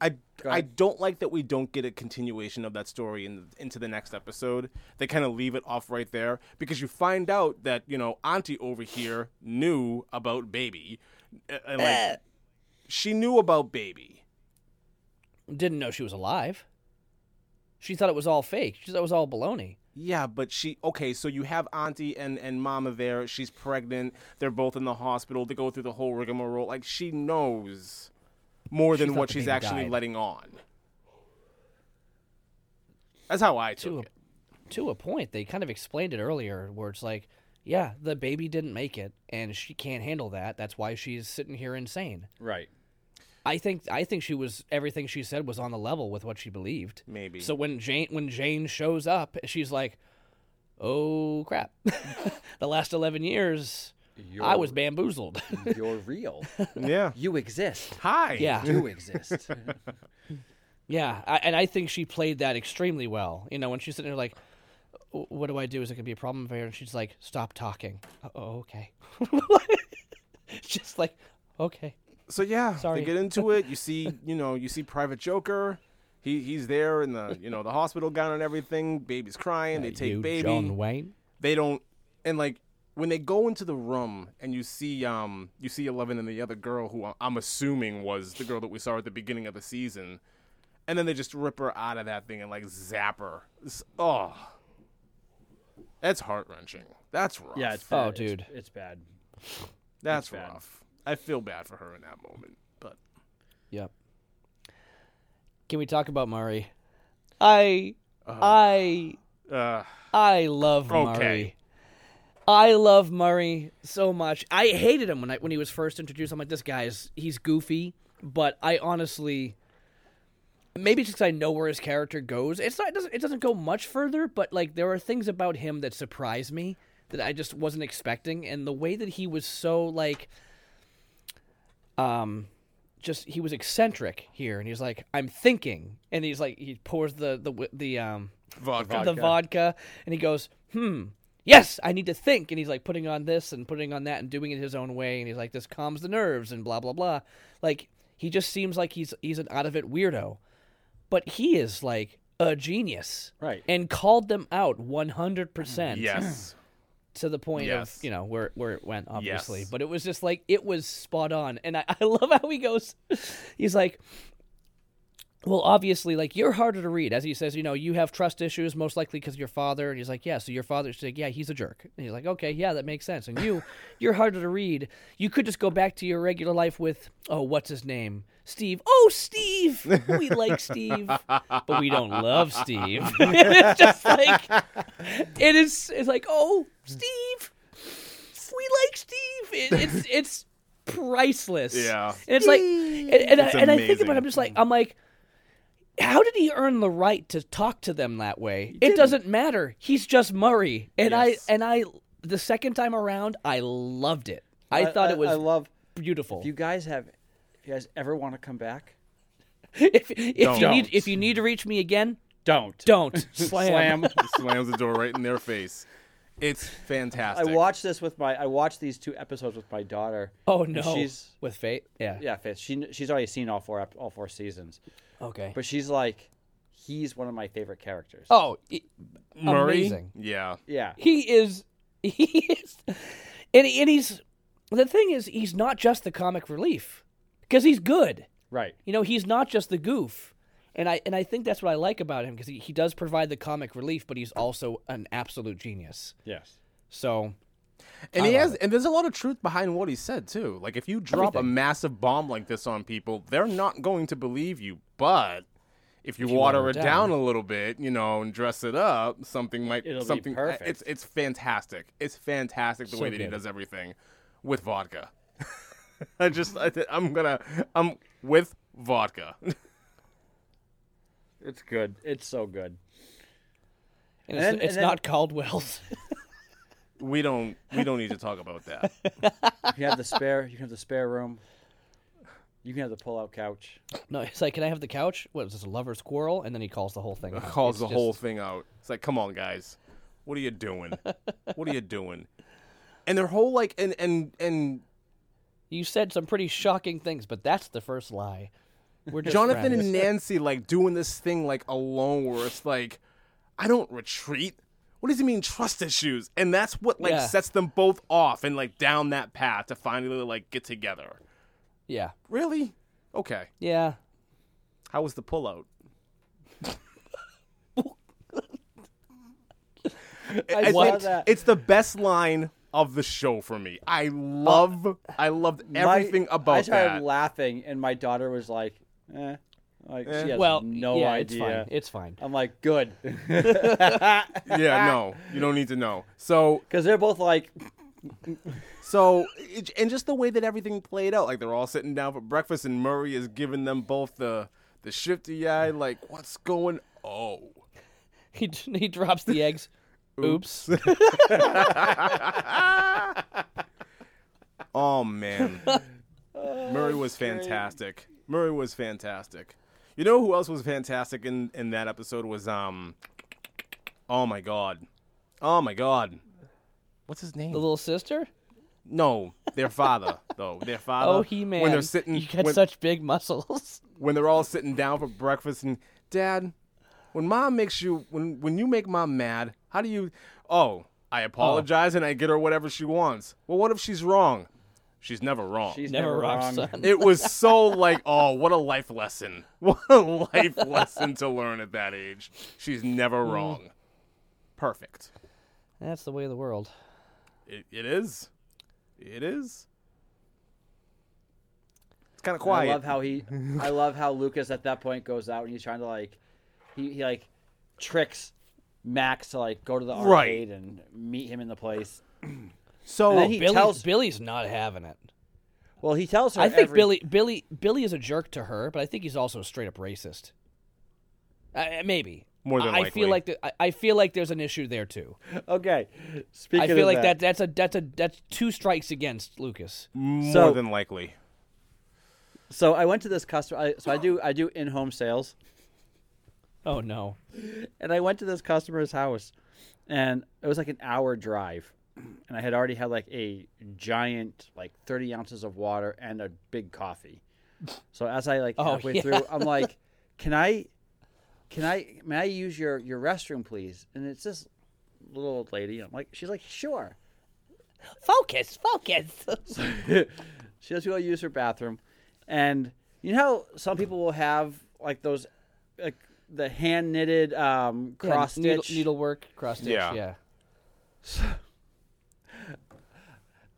A: I
C: Go
A: I
C: ahead.
A: don't like that we don't get a continuation of that story in into the next episode. They kind of leave it off right there because you find out that you know Auntie over here knew about baby, Uh, and like she knew about baby.
B: Didn't know she was alive. She thought it was all fake. She thought it was all baloney.
A: Yeah, but she okay. So you have Auntie and and Mama there. She's pregnant. They're both in the hospital. They go through the whole rigmarole. Like she knows more
B: She
A: than
B: thought
A: what
B: the
A: she's
B: baby
A: actually
B: died.
A: letting on. That's how I took
B: to
A: it.
B: a, to a point they kind of explained it earlier where it's like yeah the baby didn't make it and she can't handle that that's why she's sitting here insane
C: Right.
B: i think i think she was everything she said was on the level with what she believed
A: Maybe.
B: so when jane when jane shows up she's like oh crap the last 11 years i was bamboozled
C: You're real.
A: yeah.
C: You exist.
A: Hi.
B: yeah
C: You exist.
B: Yeah, I, and I think she played that extremely well. You know, when she's sitting there like, "W- "What do I do? Is it gonna be a problem for her?" And she's like, "Stop talking." Oh, okay. Just like, okay.
A: So yeah,
B: Sorry.
A: they get into it. You see, you know, you see Private Joker. He he's there in the you know the hospital gown and everything. Baby's crying. they take
B: you,
A: baby.
B: John Wayne.
A: They don't and like when they go into the room and you see um you see Eleven and the other girl who I- I'm assuming was the girl that we saw at the beginning of the season, and then they just rip her out of that thing and like zap her. It's- oh, that's heart wrenching. That's rough.
C: yeah. It's
B: Oh,
C: bad. It's-
B: dude.
C: It's, bad.
A: that's
C: bad.
A: rough. I feel bad for her in that moment, but.
B: Yep. Can we talk about Murray? I, I,
A: Uh,
B: I love
A: Okay.
B: Murray. I love Murray so much. I hated him when I when he was first introduced. I'm like, this guy is he's goofy, but I honestly maybe it's just 'cause I know where his character goes. It's not it doesn't it doesn't go much further, but like there are things about him that surprise me that I just wasn't expecting, and the way that he was so like, um, just he was eccentric here, and he's like, I'm thinking, and he's like he pours the the wi- the um
A: vodka.
B: the vodka and he goes hmm yes i need to think and he's like putting on this and putting on that and doing it his own way and he's like this calms the nerves and blah blah blah like he just seems like he's he's an out of it weirdo but he is like a genius
C: Right.
B: and called them out 100%
A: Yes.
B: to the point
A: Yes.
B: of you know where where it went obviously
A: Yes.
B: but it was just like it was spot on and I, I love how he goes he's like well obviously like you're harder to read as he says you know you have trust issues most likely because your father and he's like yeah so your father she's like yeah he's a jerk and he's like okay yeah that makes sense and you you're harder to read you could just go back to your regular life with oh what's his name steve oh steve we like steve but we don't love steve it's just like it is it's like oh steve we like steve it, it's it's priceless
A: Yeah.
B: and it's like and, and, I,
A: It's
B: and I think
A: amazing.
B: about it, i'm just like i'm like how did he earn the right to talk to them that way? It doesn't matter. He's just Murray. And
C: Yes.
B: I and I the second time around, I loved it. I, thought it was
C: I love.
B: beautiful.
C: If you guys have, if you guys ever want to come back,
B: if if you
A: Don't.
B: need if you need to reach me again,
C: don't
B: don't slam.
A: slams the door right in their face. It's
C: I
A: fantastic.
C: watched this with my. I watched these two episodes with my daughter.
B: Oh
C: and
B: no,
C: She's
B: with fate. Yeah.
C: yeah. Faith, She kn- she's already seen all four ep- all four seasons,
B: Okay.
C: but she's like, he's one of my favorite characters.
B: oh, i-
A: Murray.
B: amazing.
A: Yeah.
C: Yeah.
B: He is. He is. And, and he's. The thing is, he's not just the comic relief because he's good.
C: Right.
B: You know, he's not just the goof. And I and I think that's what I like about him because he, he does provide the comic relief, but he's also an absolute genius.
C: Yes.
B: So
A: And he has, and there's a lot of truth behind what he said too. Like if you drop a
B: Everything.
A: massive bomb like this on people, they're not going to believe you. But if you,
B: water
A: water,
B: it
A: it down. a little bit, you know, and dress it up, something might
C: It'll be
A: something.
C: perfect.
A: It's it's fantastic. It's fantastic the
B: So
A: way that he
B: good.
A: does everything with vodka. I just I, th- I'm gonna I'm with vodka.
C: It's good. It's so good.
B: and it's,
C: And-
B: it's
C: and then-
B: not Caldwell's.
A: we don't we don't need to talk about that.
C: You can have the spare. You can have the spare room. You can have the pull-out couch.
B: no, it's like, can I have the couch? What was this? A lover's quarrel? And then he calls the whole thing. out.
A: calls
B: It's
A: the
B: just-
A: whole thing out. It's like, come on, guys, what are you doing? what are you doing? And their whole like, and and and
B: You said some pretty shocking things, but that's the first lie. We're just
A: Jonathan
B: friends.
A: and Nancy like doing this thing like alone, where it's like, I don't retreat. What does he mean trust issues? And that's what like
B: Yeah.
A: sets them both off and like down that path to finally like get together.
B: yeah,
A: Really? Okay.
B: yeah.
A: How was the pullout? I
B: saw
A: think
C: that.
A: It's the best line of the show for me. I love, I loved
C: Uh, My-
A: everything
C: I
A: about
C: started
A: that.
C: laughing, and my daughter was like, "Eh," like she has
B: Well,
C: no
B: yeah,
C: idea.
B: It's fine. It's fine.
C: I'm like, good,
A: yeah, no, you don't need to know. So,
C: because they're both like,
A: so, it- and just the way that everything played out, like they're all sitting down for breakfast, and Murray is giving them both the the shifty eye, like, what's going? Oh,
B: He he drops the eggs. Oops.
A: oh man,
B: Oh,
A: Murray was fantastic. Murray was fantastic. You know who else was fantastic in in that episode was um, oh my god, oh my god, what's his name?
B: the little sister.
A: No, their father though. Their father.
B: Oh, he man.
A: Uh-huh. When they're sitting,
B: you got
A: when,
B: such big muscles.
A: when they're all sitting down for breakfast, and Dad, when Mom makes you, when when you make Mom mad, how do you? Oh, I apologize and I get her whatever she wants. Well, what if she's wrong? She's never wrong.
C: she's
B: Never,
C: never
B: wrong,
C: wrong.
B: son.
A: It was so like, oh, what a life lesson! What a life lesson to learn at that age. She's never wrong. Perfect.
B: That's the way of the world.
A: It, it is. It is. It's kind of quiet.
C: I love how he. I love how Lucas at that point goes out and he's trying to like, he, he like, tricks Max to like go to the
A: Right.
C: arcade and meet him in the place.
A: so
C: And then he
B: Billy,
C: tells.
B: Billy's not having it.
C: Well, he tells her.
B: I think
C: every-
B: Billy Billy Billy is a jerk to her, but I think he's also straight up racist. Uh, maybe.
A: More than
B: I, I
A: likely.
B: feel like the, I, I feel like there's an issue there too.
C: Okay. Speaking
B: I feel
C: of
B: like that.
C: that.
B: that's a that's a that's two strikes against Lucas.
A: More
C: So-
A: than likely.
C: So I went to this customer. I, so I do. I do in-home sales.
B: Oh no.
C: and I went to this customer's house, and it was like an hour drive, and I had already had like a giant, like thirty ounces of water and a big coffee. So as I like
B: Oh,
C: halfway
B: yeah.
C: through, I'm like, "Can I, can I, may I use your your restroom, please?" And it's this little old lady. I'm like, she's like, "Sure."
B: Focus, focus.
C: she lets me go use her bathroom, and you know how some people will have like those, like the hand knitted um, cross stitch
B: needle, needlework, cross stitch.
A: Yeah.
B: Yeah.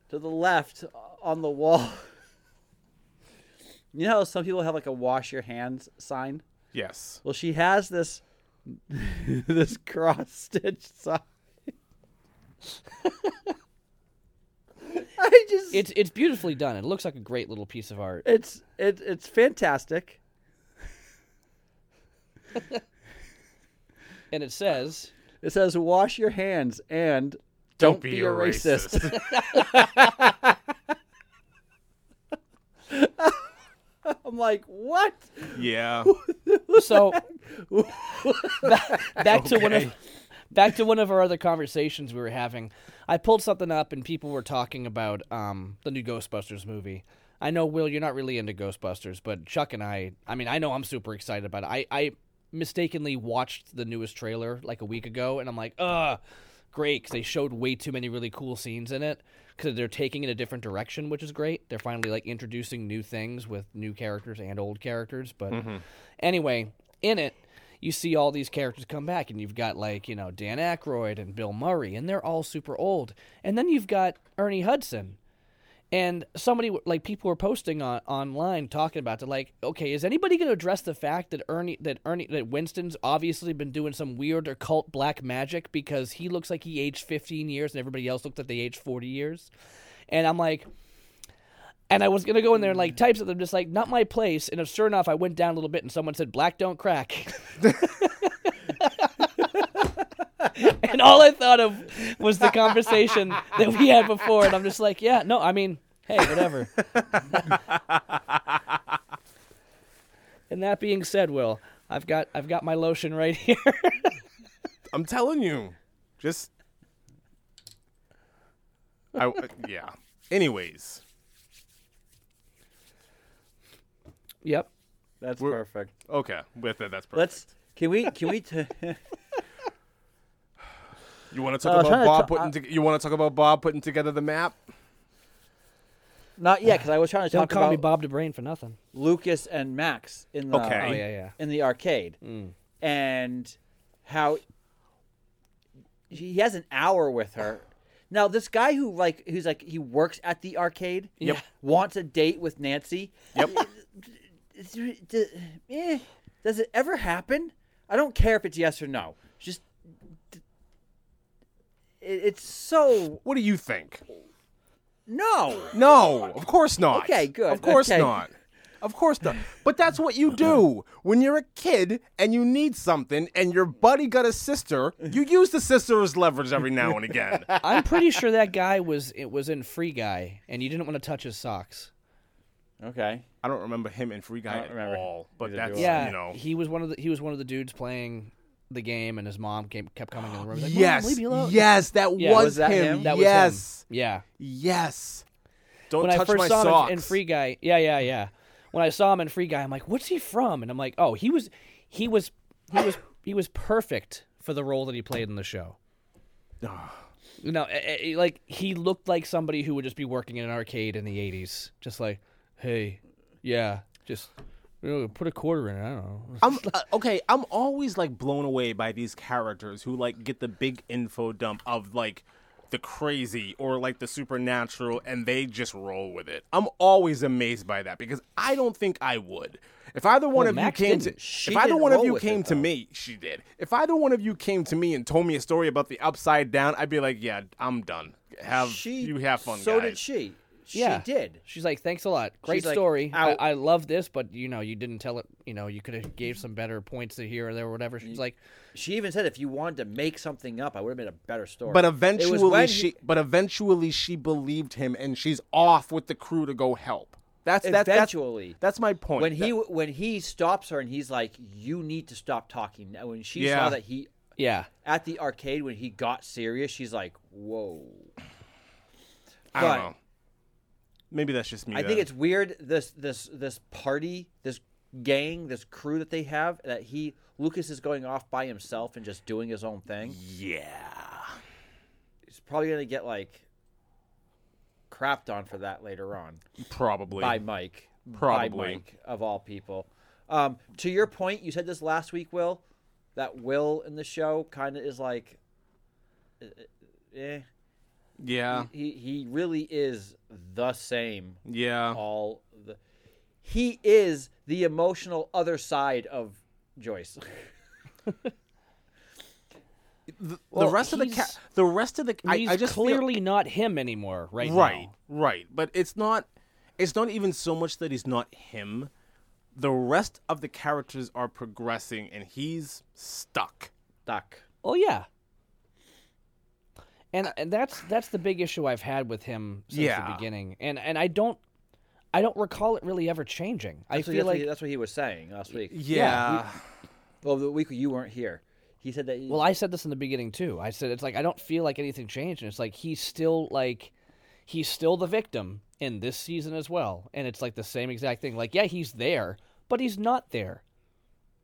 C: to the left on the wall. you know how some people have like a wash your hands sign?
A: Yes.
C: Well, she has this this cross stitch sign. I just
B: It's it's beautifully done. It looks like a great little piece of art.
C: it's it, it's fantastic.
B: and it says,
C: It says, "Wash your hands and don't, be, a racist." I'm like, what?
A: yeah.
B: so back, back to one of back to one of our other conversations we were having. I pulled something up and people were talking about um, the new Ghostbusters movie. I know Will, you're not really into Ghostbusters, but Chuck and I, I mean, I know I'm super excited about it. I, I mistakenly watched the newest trailer like a week ago, and I'm like, ugh, great, because they showed way too many really cool scenes in it. Because they're taking it a different direction, which is great. They're finally like introducing new things with new characters and old characters. But anyway, in it, you see all these characters come back, and you've got like you know Dan Aykroyd and Bill Murray, and they're all super old. And then you've got Ernie Hudson, and somebody like people were posting on online talking about that, like, okay, is anybody going to address the fact that Ernie that Ernie that Winston's obviously been doing some weird occult black magic because he looks like he aged 15 years and everybody else looked like they aged 40 years, and I'm like. And I was gonna go in there and like type something, just like not my place. And sure enough, I went down a little bit, and someone said, "Black don't crack." and all I thought of was the conversation that we had before, and I'm just like, yeah, no, I mean, hey, whatever. and that being said, Will, I've got I've got my lotion right here.
A: I'm telling you, just. I yeah. Anyways,
B: yep.
C: That's
A: We're-
C: perfect.
A: okay, with that, that's perfect.
C: Let's. Can we? Can we? T-
A: you want to
C: I
B: Uh,
A: talk
C: was
A: about
C: trying to
A: Bob
C: ta-
A: putting? to- you want to talk about Bob putting together the map?
C: Not yet, because I was trying to
B: Don't
C: talk
B: call me
C: about
B: Bob DeBrain for nothing.
C: Lucas and Max in the
A: Okay. Mm.
B: Oh yeah, yeah.
C: in the arcade, and how he has an hour with her. Now this guy who like who's like he works at the arcade.
A: Yep.
C: Wants a date with Nancy.
A: Yep.
C: It's- d- eh, Does it ever happen? I don't care if it's yes or no. Just d- it- it's so
A: What do you think?
C: no.
A: No, of course not.
C: Okay, good.
A: Of course
C: Okay.
A: not. Of course not. But that's what you do when you're a kid and you need something, and your buddy got a sister. You use the sister as leverage every now and again.
B: I'm pretty sure that guy was it was in Free Guy, and you didn't want to touch his socks.
C: Okay.
A: I don't remember him in Free Guy
C: don't
A: at
C: remember.
A: all, but
C: Neither
A: that's
C: do I.
B: Yeah,
A: you know.
B: he was one of the he was one of the dudes playing the game, and his mom came, kept coming in the room. Like, "Mom,
A: yes,
B: leave me alone."
A: yes, that
B: Yeah.
A: was,
C: Was that
A: him.
C: him?
B: that was
A: yes,
B: him. Yeah,
A: yes. Don't
B: when
A: touch
B: I first
A: my
B: saw
A: socks.
B: him in- in Free Guy, yeah, yeah, yeah. When I saw him in Free Guy, I'm like, "What's he from?" And I'm like, "Oh, he was, he was, he was, he was perfect for the role that he played in the show." You know, eh, eh, like he looked like somebody who would just be working in an arcade in the '80s, just like, "Hey, yeah, just you know, put a quarter in it." I don't know.
A: I'm uh, okay. I'm always like blown away by these characters who like get the big info dump of like the crazy or like the supernatural, and they just roll with it. I'm always amazed by that because I don't think I would. If either one of
B: Max
A: you came
B: didn't.
A: to,
C: She
A: if either
C: didn't
A: one of
C: roll
A: you
C: with
A: came
C: it,
A: to
C: though.
A: me, she did. If either one of you came to me and told me a story about the upside down, I'd be like, yeah, I'm done. Have
C: She.
A: you have fun,
C: So
A: guys.
C: did she. She
B: Yeah.
C: did.
B: She's like, "Thanks a lot, great
C: She's like,
B: story. I,
C: "Out."
B: I love this, but you know, you didn't tell it. You know, you could have gave some better points to here or there or whatever." She's like,
C: She even said if you wanted to make something up, I would have made a better story.
A: But
C: It was when
A: eventually
C: he-
A: she but eventually she believed him and she's off with the crew to go help. That's that's that's,
C: Eventually.
A: that's my point.
C: when he when he stops her and he's like, "You need to stop talking." now," When she
A: Yeah.
C: saw that he
B: "Yeah."
C: at the arcade when he got serious, she's like, "Whoa."
A: I don't
C: but-
A: know. Maybe that's just me.
C: I think
A: then.
C: it's weird this this this party, this gang, this crew that they have that he Lucas is going off by himself and just doing his own thing.
A: yeah.
C: He's probably going to get like crapped on for that later on.
A: Probably.
C: by Mike. By
A: Probably.
C: Mike, of all people. Um, to your point, you said this last week, Will, that Will in the show kind of is like, eh.
A: yeah.
C: He, he really is the same
A: Yeah.
C: all the. He is the emotional other side of Joyce.
A: The,
B: Well,
A: the rest of the ca-
B: he's-
A: the rest of the I,
B: he's
A: I just feel-
B: clearly not him anymore, right?
A: right
B: now.
A: right but it's not it's not even so much that he's not him the rest of the characters are progressing and he's stuck.
C: Duck.
B: Oh yeah. And and that's that's the big issue I've had with him since the
A: Yeah.
B: beginning. And and I don't I don't recall it really ever changing. I
C: That's what-
B: feel
C: that's what he-
B: like
C: that's what he was saying last week.
B: Yeah,
C: Well, the week you weren't here, he said that. He,
B: well I said this in the beginning too. I said it's like I don't feel like anything changed and it's like he's still like he's still the victim in this season as well. And it's like the same exact thing. Like yeah, he's there, but he's not there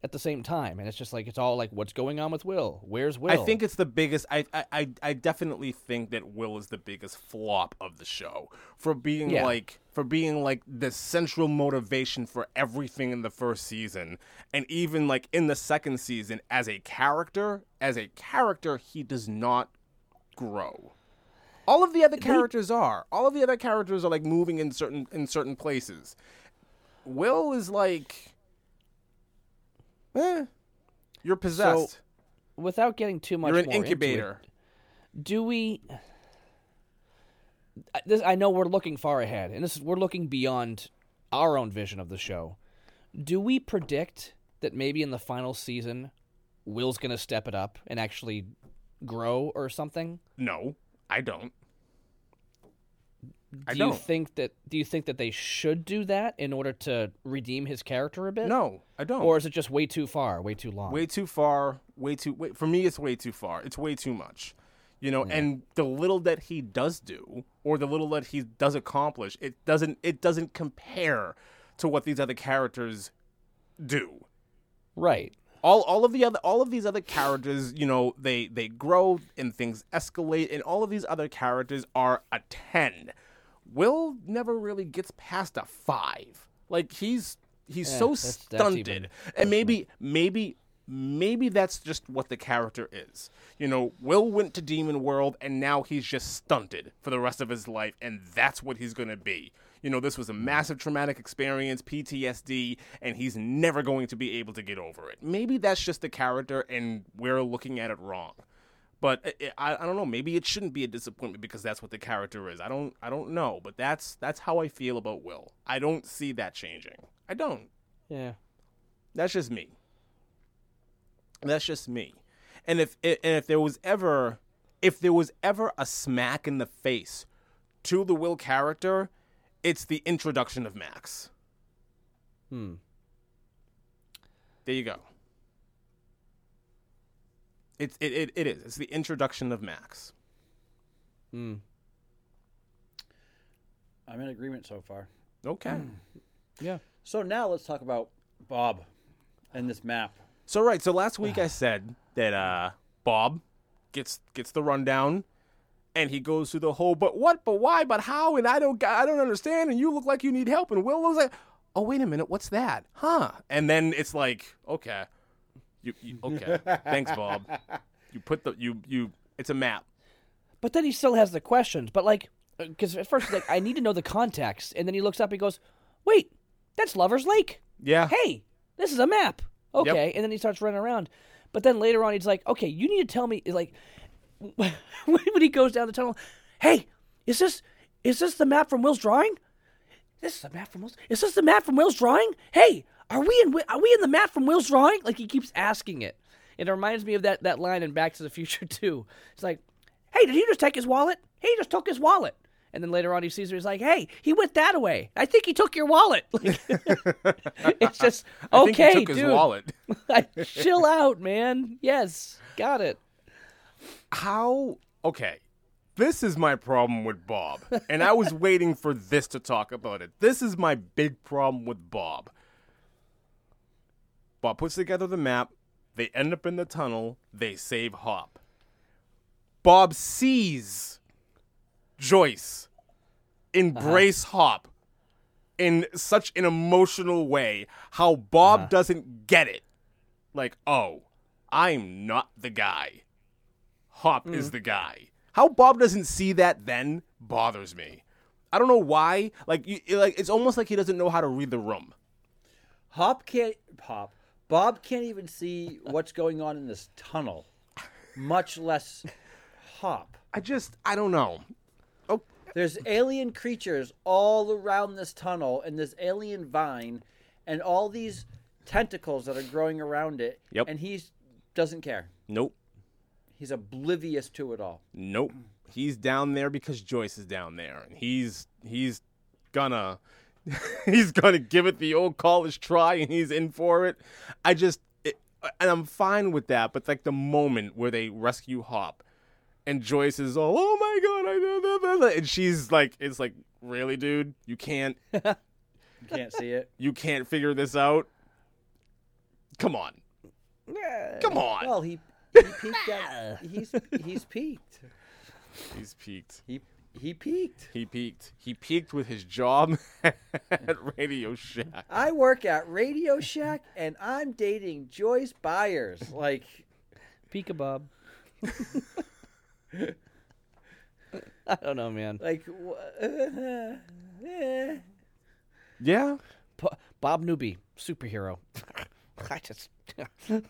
B: at the same time. And it's just like it's all like what's going on with Will? Where's Will?
A: I think it's the biggest. I, I- I I definitely think that Will is the biggest flop of the show for being
B: Yeah.
A: like for being like the central motivation for everything in the first season, and even like in the second season as a character. As a character, he does not grow. All of the other characters are. All of the other characters are like moving in certain in certain places. Will is like, eh, you're possessed.
B: without getting too much
A: you're an
B: more into it,
A: incubator.
B: do we I- this i know we're looking far ahead and this we're looking beyond our own vision of the show do we predict that maybe in the final season will's gonna step it up and actually grow or something
A: No, I don't.
B: do
A: I
B: you
A: don't.
B: think that do you think that they should do that in order to redeem his character a bit
A: No, I don't.
B: or is it just way too far way too long
A: way too far. Way too. Wait, for me, it's way too far. It's way too much. You know, and the little that he does do, or the little that he does accomplish, it doesn't. It doesn't compare to what these other characters do.
B: right
A: all all of the other all of these other characters you know they they grow and things escalate and all of these other characters are a 10 will never really gets past a 5 like he's he's so
B: Eh, that's- that's
A: stunted
B: even-
A: and maybe maybe maybe that's just what the character is you know will went to demon world and now he's just stunted for the rest of his life and that's what he's going to be you know this was a massive traumatic experience ptsd and he's never going to be able to get over it maybe that's just the character and we're looking at it wrong but eh, I- I, I don't know. Maybe it shouldn't be a disappointment because that's what the character is. I don't I don't know, but that's that's how I feel about Will. I don't see that changing. I don't.
B: yeah
A: That's just me. That's just me. And if and if there was ever if there was ever a smack in the face to the Will character, it's the introduction of Max.
B: hmm
A: There you go. It's it, it, it is. It's the introduction of Max.
B: hmm
C: I'm in agreement so far.
A: Okay.
B: yeah
C: So now let's talk about Bob and this map.
A: So right, so last week I said that uh Bob gets gets the rundown and he goes through the whole but what but why but how and I don't g- I don't understand and you look like you need help and Will was like oh wait a minute what's that huh and then it's like okay you, you okay thanks Bob you put the you you it's a map
B: But then he still has the questions. But like, because at first he's like, I need to know the context, and then he looks up. He goes, "Wait, that's Lover's Lake.
A: yeah
B: Hey, this is a map. Okay." And then he starts running around. But then later on, he's like, "Okay, you need to tell me." Like, when he goes down the tunnel, "Hey, is this is this the map from Will's drawing? This is the map from Will's. Is this the map from Will's drawing? Hey, are we in Wi- are we in the map from Will's drawing?" Like he keeps asking it. It reminds me of that that line in Back to the Future too. It's like, "Hey, did he just take his wallet? Hey, he just took his wallet." And then later on, he sees her. He's like, "Hey, he went that way. I think he took your wallet." Like, it's just okay,
A: I think he took
B: dude.
A: his wallet
B: Chill out, man. Yes, got it.
A: how okay this is my problem with bob and i was waiting for this to talk about it this is my big problem with bob bob puts together the map they end up in the tunnel they save hop bob sees joyce embrace hop in such an emotional way how bob doesn't get it like oh i'm not the guy Hop is the guy. How Bob doesn't see that then bothers me. I don't know why. Like, you, it- like it's almost like he doesn't know how to read the room.
C: Hop can't pop. Bob can't even see what's going on in this tunnel, much less Hop.
A: I just, I don't know. Oh,
C: There's alien creatures all around this tunnel and this alien vine, and all these tentacles that are growing around it.
A: Yep.
C: And he doesn't care.
A: Nope.
C: He's oblivious to it all.
A: Nope. He's down there because Joyce is down there, and he's he's gonna he's gonna give it the old college try, and he's in for it. I just it, and I'm fine with that, but like the moment where they rescue Hop, and Joyce is all, oh my god, I know that, that," and she's like, it's like, really, dude, you can't
C: You can't see it.
A: you can't figure this out. Come on, come on.
C: Well, he, he peaked. At, he's he's peaked.
A: he's peaked.
C: He he peaked.
A: He peaked. He peaked with his job at Radio Shack.
C: I work at Radio Shack and I'm dating Joyce Byers. Like
B: Pika Bob. I don't know, man.
C: like wha- uh, eh.
A: Yeah.
B: Bo- Bob Newby, superhero. I just. this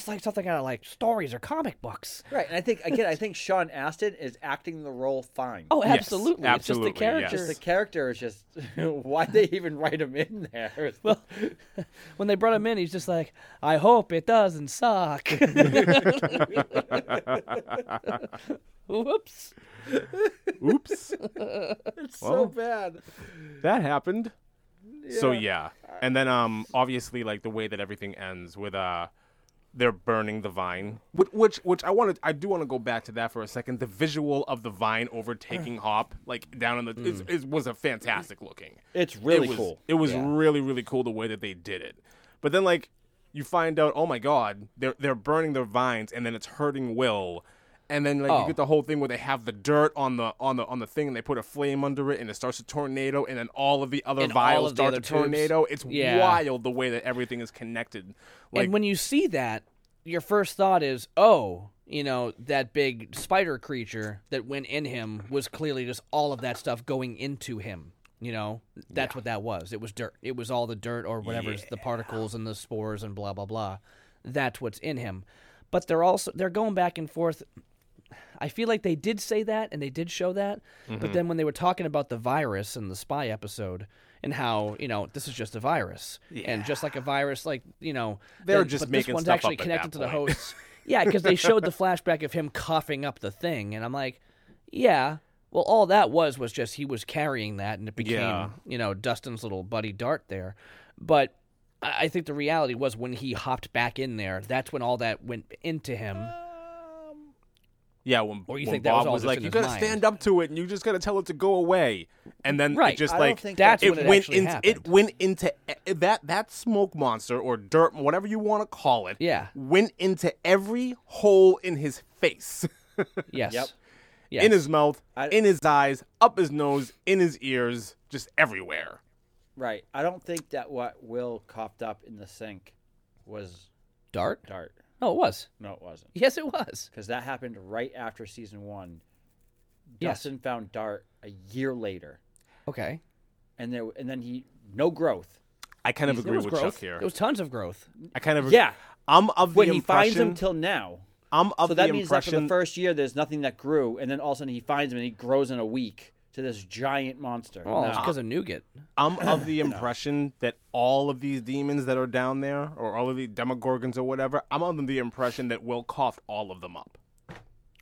B: is like something out of like stories or comic books.
C: Right, and I think again, I think Sean Astin is acting the role fine.
B: Oh,
A: Yes,
B: absolutely. it's just the
A: absolutely, yes.
B: characters.
C: the character is just why they even write him in there. It's
B: Well, when they brought him in, he's just like, I hope it doesn't suck. Whoops.
A: Oops.
C: so bad.
A: that happened. So yeah. And then um obviously like the way that everything ends with uh they're burning the vine. Which which, which I wanted I do want to go back to that for a second. The visual of the vine overtaking Hop like down in the is is was a fantastic looking.
C: It's really
A: it was,
C: cool.
A: It was really really cool the way that they did it. But then like you find out, oh my god, they're they're burning their vines, and then it's hurting Will, and then like you
B: Oh.
A: get the whole thing where they have the dirt on the on the on the thing, and they put a flame under it, and it starts a tornado, and then all of the other
B: And all
A: vials
B: of the
A: start
B: other
A: to tornado. It's
B: Yeah.
A: wild the way that everything is connected. Like
B: and when you see that, your first thought is, oh, you know, that big spider creature that went in him was clearly just all of that stuff going into him. You know, that's what that was. It was dirt. It was all the dirt or whatever's the particles and the spores and blah blah blah. That's what's in him. But they're also they're going back and forth. I feel like they did say that and they did show that, but then when they were talking about the virus and the spy episode and how you know this is just a virus and just like a virus, like you know
A: They're
B: then-
A: just
B: but
A: making
B: this one's
A: stuff
B: actually
A: up at
B: connected
A: that
B: to the
A: point.
B: hosts. yeah, because they showed the flashback of him coughing up the thing, and I'm like, yeah. Well, all that was was just he was carrying that, and it became
A: Yeah.
B: you know Dustin's little buddy Dart there, but. I I think the reality was when he hopped back in there, that's when all that went into him.
A: um, yeah, when,
B: Or you
A: when
B: think that was
A: Bob
B: all
A: was,
B: just
A: like,
B: in
A: you
B: his
A: gotta
B: mind."
A: stand up to it, and you just gotta tell it to go away, and then
B: Right.
A: it just
C: I don't
A: like
C: think
B: That's
A: it
B: when it
A: went
B: actually
A: in,
B: happened.
A: it went into e- that that smoke monster or dirt whatever you want to call it
B: Yeah.
A: went into every hole in his face
B: Yes.
C: Yep.
B: Yes.
A: in his mouth
C: I-
A: in his eyes up his nose in his ears just everywhere
C: Right. I don't think that what Will coughed up in the sink was
B: dart.
C: dart.
B: No, it was.
C: No, it wasn't.
B: Yes, it was.
C: Because that happened right after season one.
B: Yes.
C: Dustin found Dart a year later,
B: Okay.
C: and there and then he no growth.
A: I kind of
B: There
A: agree
B: was
A: with
B: growth.
A: Chuck here
B: There was tons of growth.
A: I kind of
C: Yeah.
A: I'm of the
C: When he
A: impression
C: finds him till now,
A: I'm of
C: so
A: the
C: that means that for
A: impression
C: the first year there's nothing that grew, and then all of a sudden he finds him and he grows in a week to this giant monster.
B: Well,
C: No.
B: it's because of nougat.
A: I'm of the impression that all of these demons that are down there or all of the demogorgons or whatever I'm of the impression that Will coughed all of them up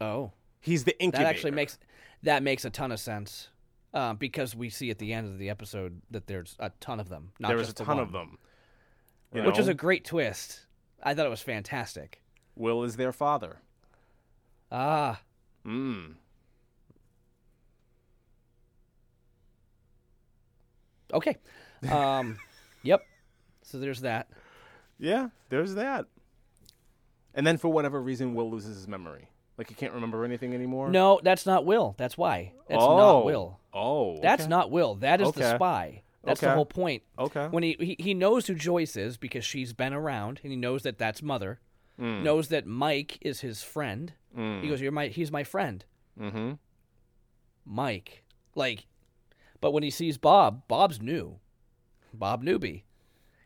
B: Oh,
A: he's the
B: that
A: incubator
B: actually makes that makes a ton of sense uh, because we see at the end of the episode that there's a ton of them. Not
A: there was
B: just
A: a
B: the
A: ton of
B: one,
A: them you
B: which is
A: know?
B: a great twist. I thought it was fantastic.
A: Will is their father.
B: Ah,
A: Mm.
B: okay. Um, yep. So there's that.
A: Yeah, there's that. And then for whatever reason, Will loses his memory. Like he can't remember anything anymore.
B: No, that's not Will. That's why. That's
A: oh.
B: not Will.
A: Oh,
B: That's
A: okay.
B: not Will. That is the
A: Okay.
B: spy. That's the
A: Okay.
B: whole point.
A: Okay.
B: When he, he he knows who Joyce is because she's been around, and he knows that that's mother.
A: Hmm.
B: Knows that Mike is his friend. He goes, "You're my he's my friend,
A: Mm-hmm.
B: Mike." Like, but when he sees Bob, Bob's new, Bob newbie.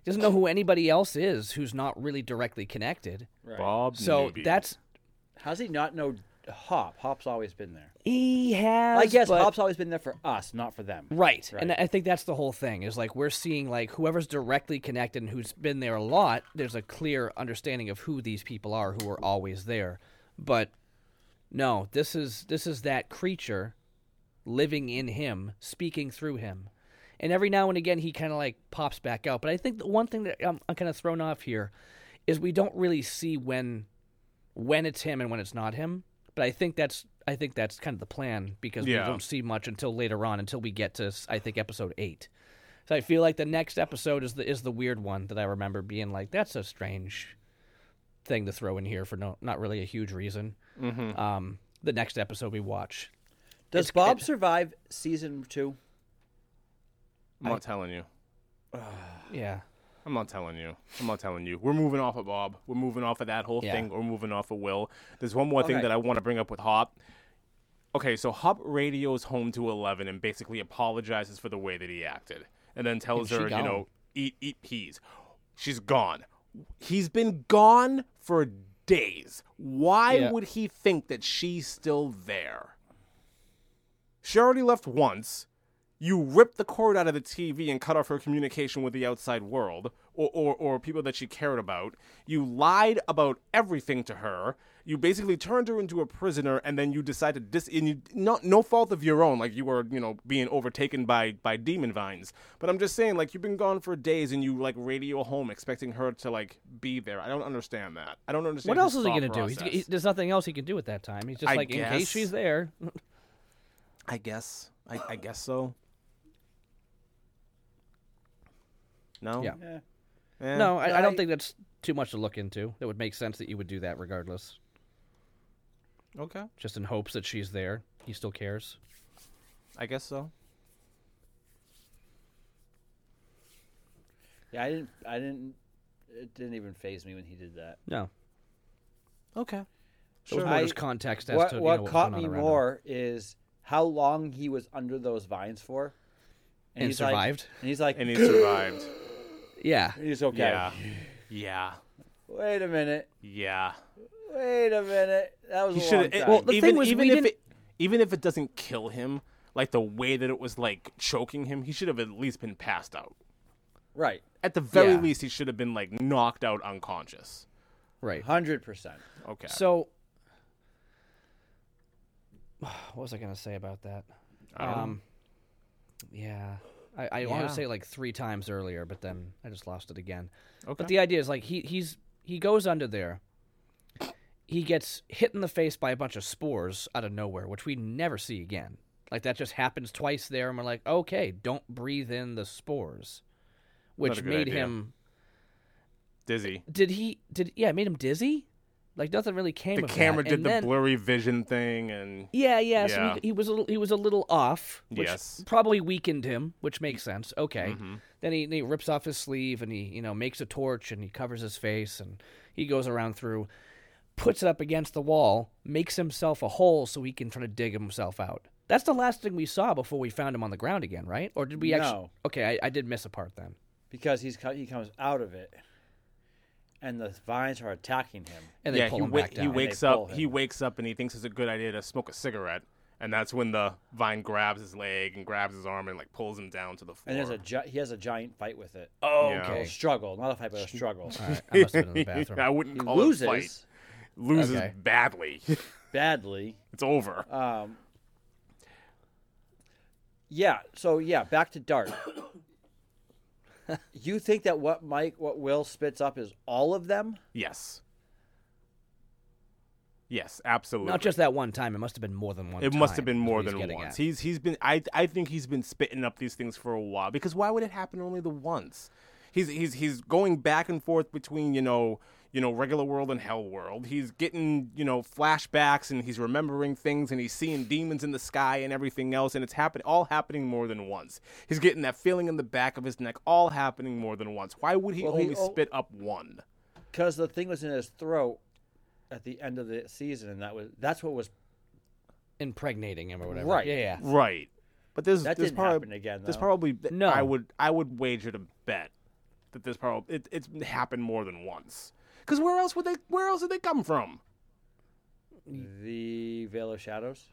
B: He doesn't know who anybody else is who's not really directly connected.
C: Right.
A: Bob.
B: So
A: Newby.
B: that's
C: How does he not know? Hop. Hop's always been there.
B: He has.
C: I guess
B: but-
C: Hop's always been there for us, not for them.
B: Right. And
C: Right.
B: I think that's the whole thing is like we're seeing like whoever's directly connected and who's been there a lot, there's a clear understanding of who these people are who are always there. But no, this is this is that creature living in him, speaking through him. And every now and again he kind of like pops back out. But I think the one thing that I'm, I'm kind of thrown off here is we don't really see when when it's him and when it's not him. But I think that's I think that's kind of the plan because
A: Yeah.
B: we don't see much until later on until we get to I think episode eight. So I feel like the next episode is the is the weird one that I remember being like that's a strange thing to throw in here for no not really a huge reason. Mm-hmm. Um, the next episode we watch.
C: Does
B: It's-
C: Bob
B: it-
C: survive season two?
A: I'm not telling you.
B: Yeah.
A: I'm not telling you. I'm not telling you. We're moving off of Bob. We're moving off of that whole
B: Yeah.
A: thing. We're moving off of Will. There's one more thing
C: Okay.
A: that I want to bring up with Hop. Okay, so Hop radios home to Eleven and basically apologizes for the way that he acted, and then tells
B: she
A: her, you
B: gone.
A: know, eat eat peas. She's gone. He's been gone for days. Why
B: Yeah.
A: would he think that she's still there? She already left once you ripped the cord out of the TV and cut off her communication with the outside world or, or, or people that she cared about. You lied about everything to her. You basically turned her into a prisoner, and then you decide to dis. And you not no fault of your own, like you were you know being overtaken by by demon vines. But I'm just saying, like you've been gone for days, and you like radio home expecting her to like be there. I don't understand that. I don't understand.
B: What else
A: his
B: is he
A: thought
B: gonna do? He's,
A: process.
B: he, there's nothing else he can do at that time. He's just
A: I
B: like in
A: guess.
B: case she's there.
A: I guess. I, I guess so. No.
B: Yeah.
C: Yeah.
A: Eh.
B: No, I, I don't
C: I-
B: think that's too much to look into. It would make sense that you would do that regardless,
A: Okay.
B: just in hopes that she's there. He still cares.
A: I guess so.
C: Yeah, I didn't. I didn't. It didn't even phase me when he did that.
B: No,
A: Okay.
B: it was
A: Sure.
B: more
C: I-
B: just context as
C: what
B: to you know,
C: what
B: what was
C: caught
B: going
C: me
B: on around him.
C: more is how long he was under those vines for,
B: and,
C: he's like-
B: survived.
C: and he's like,
A: And he survived.
B: yeah,
C: he's okay.
A: Yeah. Yeah.
C: Wait a minute.
A: Yeah.
C: Wait a minute. That was
A: He
C: a long
A: should
C: time.
A: have.
B: Well, the
A: even,
B: thing was,
A: even
B: we
A: if
B: didn't-
A: it, even if it doesn't kill him, like the way that it was like choking him, he should have at least been passed out.
C: right.
A: At the very
B: Yeah.
A: least, he should have been like knocked out unconscious.
B: right.
C: Hundred percent.
A: Okay.
B: So, what was I gonna say about that? Um, yeah, I, I wanted
A: Yeah.
B: to say it like three times earlier, but then I just lost it again.
A: okay.
B: But the idea is like he he's he goes under there. He gets hit in the face by a bunch of spores out of nowhere, which we never see again. Like that just happens twice there, and we're like, okay, don't breathe in the spores,
A: Not
B: which
A: a good
B: made
A: idea.
B: him.
A: Dizzy.
B: Did he? Did yeah? It made him dizzy. Like nothing really came.
A: The
B: of that.
A: camera did
B: And
A: the
B: then-
A: blurry vision thing, and
B: Yeah, yeah. So
A: Yeah.
B: he, he was a little, he was a little off, which
A: Yes. Mm-hmm.
B: probably weakened him, which makes sense. Okay. Then he, he rips off his sleeve and he you know makes a torch and he covers his face and he goes around through, puts it up against the wall, makes himself a hole so he can try to dig himself out. That's the last thing we saw before we found him on the ground again, right? Or did we actually?
C: No.
B: Okay, I, I did miss a part then.
C: Because he's co- he comes out of it, and the vines are attacking him.
B: And they
A: yeah,
B: pull
A: he,
B: him
A: wa-
B: back
A: he
B: down.
A: wakes
C: pull
A: up. He
C: him.
A: wakes up and he thinks it's a good idea to smoke a cigarette, and that's when the vine grabs his leg and grabs his arm and like pulls him down to the floor.
C: And there's a gi- he has a giant fight with it.
B: oh,
A: Yeah.
C: A
B: okay.
C: struggle, not a fight, but a struggle.
B: All right, I must have been in the bathroom.
A: I
C: He
A: wouldn't call
C: loses
A: it a fight. Loses
B: Okay.
A: badly.
C: badly.
A: it's over.
C: Um, yeah. So yeah, back to Dart. you think that what Mike, what Will spits up is all of them?
A: yes. Yes, absolutely.
B: Not just that one time. It must have been more than one.
A: it must have
B: time
A: been
B: is what
A: more
B: he's
A: than
B: getting
A: once.
B: at.
A: He's he's been I I think he's been spitting up these things for a while because why would it happen only the once? He's he's he's going back and forth between, you know, you know, regular world and hell world. He's getting, you know, flashbacks and he's remembering things and he's seeing demons in the sky and everything else and it's happen all happening more than once. He's getting that feeling in the back of his neck all happening more than once. Why would he
C: Well, he
A: only
C: al-
A: spit up one?
C: Because the thing was in his throat at the end of the season, and that was that's what was
B: impregnating him or whatever.
C: Right.
B: Yeah, yeah.
A: Right. But there's
C: that
A: there's
C: didn't
A: probably
C: happen again.
A: There's
C: though.
A: probably
B: No.
A: no. I would I would wager to bet that this probably it, it's happened more than once. Because where else would they? Where else did they come from?
C: The Veil of Shadows.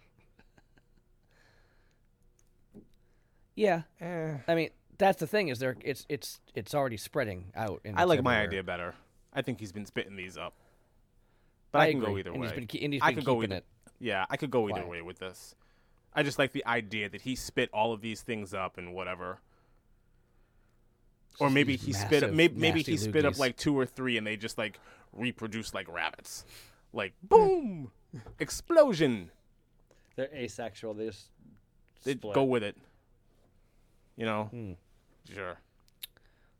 B: Yeah.
A: Eh.
B: I mean, that's the thing is there it's it's it's already spreading out. And
A: I
B: it's
A: like my
B: everywhere.
A: idea better. I think he's been spitting these up, but I, can
B: agree.
A: go either
B: and
A: way.
B: He's been, ke- and he's
A: I
B: been
A: could
B: keeping
A: go either.
B: it.
A: Yeah, I could go either
B: quiet.
A: way with this. I just like the idea that he spit all of these things up and whatever. Or maybe he
B: these
A: spit up.
B: massive,
A: Maybe, maybe
B: nasty
A: he spit up
B: loogies.
A: like two or three, and they just like reproduce like rabbits, like boom, explosion.
C: They're asexual. They just
A: They
C: split.
A: go with it. You know,
B: Hmm.
A: sure.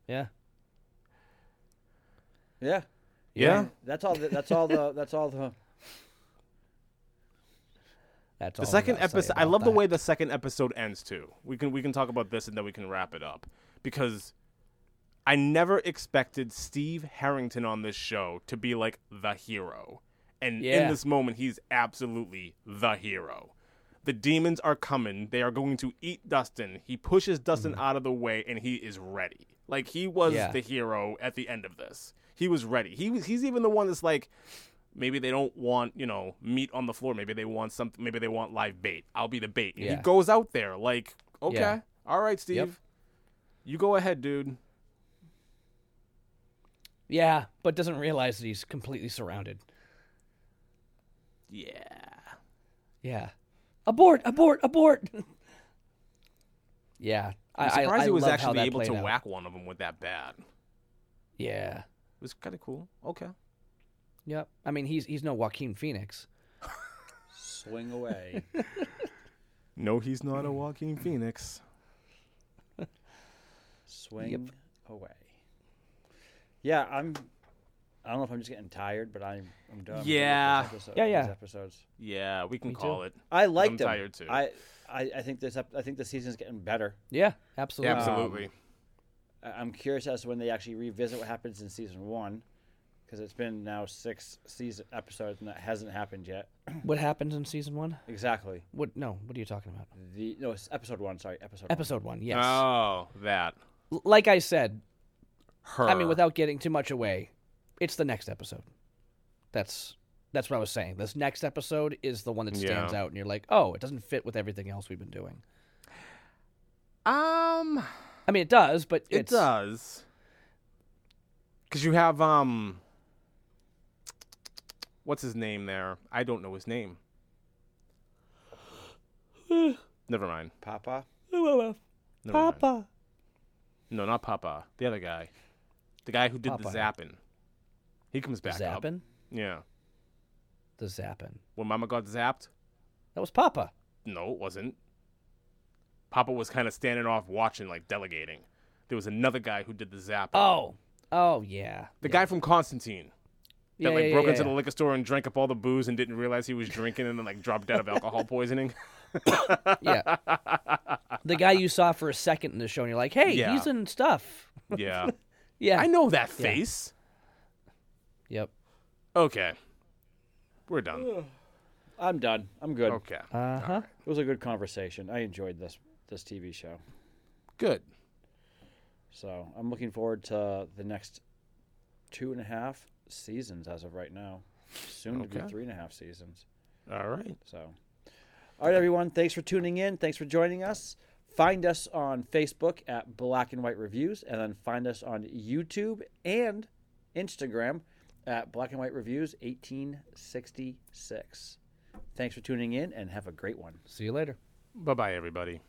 B: Yeah.
C: Yeah.
A: Yeah.
C: That's all. The, that's all the. That's all the.
B: That's
A: The second episode. I love the way the second episode ends too. We can we can talk about this and then we can wrap it up because I never expected Steve Harrington on this show to be like the hero, and in
B: Yeah.
A: this moment he's absolutely the hero. The demons are coming. They are going to eat Dustin. He pushes Dustin out of the way, and he is ready. Like he was
B: Mm-hmm. Yeah.
A: the hero at the end of this. He was ready. He was. He's even the one that's like, maybe they don't want you know meat on the floor maybe they want something maybe they want live bait i'll be the bait and he
B: Yeah.
A: goes out there like okay
B: Yeah.
A: all right steve
B: Yep.
A: you go ahead dude
B: Yeah, but doesn't realize that he's completely surrounded.
A: yeah
B: Yeah. Abort! Abort! Abort! yeah.
A: i'm
B: I,
A: surprised
B: I, I
A: he was
B: love how
A: actually
B: that
A: able
B: played
A: to
B: out.
A: whack one of them with that bat it
B: Yeah.
A: was kind of cool okay
B: Yep. I mean, he's he's no Joaquin Phoenix.
C: Swing away.
A: no he's not a walking phoenix
C: Swing away. Yeah, I'm. I don't know if I'm just getting tired, but I'm. I'm done. with this
A: Yeah.
C: episode-
B: Yeah, yeah.
C: These episodes.
A: yeah we can
B: Me too.
A: call it
C: I like
A: I'm
C: them.
A: tired, too.
C: I, I, I think this. ep- I think the season's getting better.
B: Yeah. Absolutely.
A: absolutely
C: I- I'm curious as to when they actually revisit what happens in season one, because it's been now six season episodes and that hasn't happened yet.
B: What happens in season one?
C: Exactly.
B: What? No. What are you talking about?
C: The no, it's episode one. Sorry, episode. one.
B: Episode one. Yes.
A: oh that
B: L- like I said,
A: her
B: I mean, without getting too much away, it's the next episode. That's that's what I was saying. This next episode is the one that stands
A: Yeah.
B: out, and you're like, oh, it doesn't fit with everything else we've been doing.
A: um
B: I mean, it does, but
A: It
B: it's,
A: does. Cause you have um what's his name there? I don't know his name. Never mind.
C: Papa.
A: Never mind. No, not Papa. The other guy. The guy who did the
B: Papa.
A: zapping. He comes back up.
B: zapping
A: Yeah.
B: the zapping.
A: When Mama got zapped?
B: That was Papa.
A: No, it wasn't. Papa was kind of standing off watching, like delegating. There was another guy who did the zapping.
B: Oh, oh yeah.
A: the guy from Constantine.
B: yeah,
A: that like
B: yeah,
A: broke
B: yeah,
A: into
B: yeah.
A: the liquor store and drank up all the booze and didn't realize he was drinking and then like dropped out of alcohol poisoning.
B: yeah. the guy you saw for a second in the show, and you're like, hey,
A: Yeah.
B: he's in stuff.
A: Yeah.
B: Yeah.
A: I know that face.
B: Yep.
A: Okay. We're done.
C: I'm done. I'm good.
A: Okay.
B: Uh huh.
C: It was a good conversation. I enjoyed this this TV show.
A: Good.
C: So I'm looking forward to the next two and a half seasons as of right now. Soon to
A: Okay.
C: be three and a half seasons.
A: All right.
C: So, all right, everyone. Thanks for tuning in. Thanks for joining us. Find us on Facebook at Black and White Reviews, and then find us on YouTube and Instagram at Black and White Reviews 1866. Thanks for tuning in, and have a great one.
B: See you later.
A: Bye bye, everybody.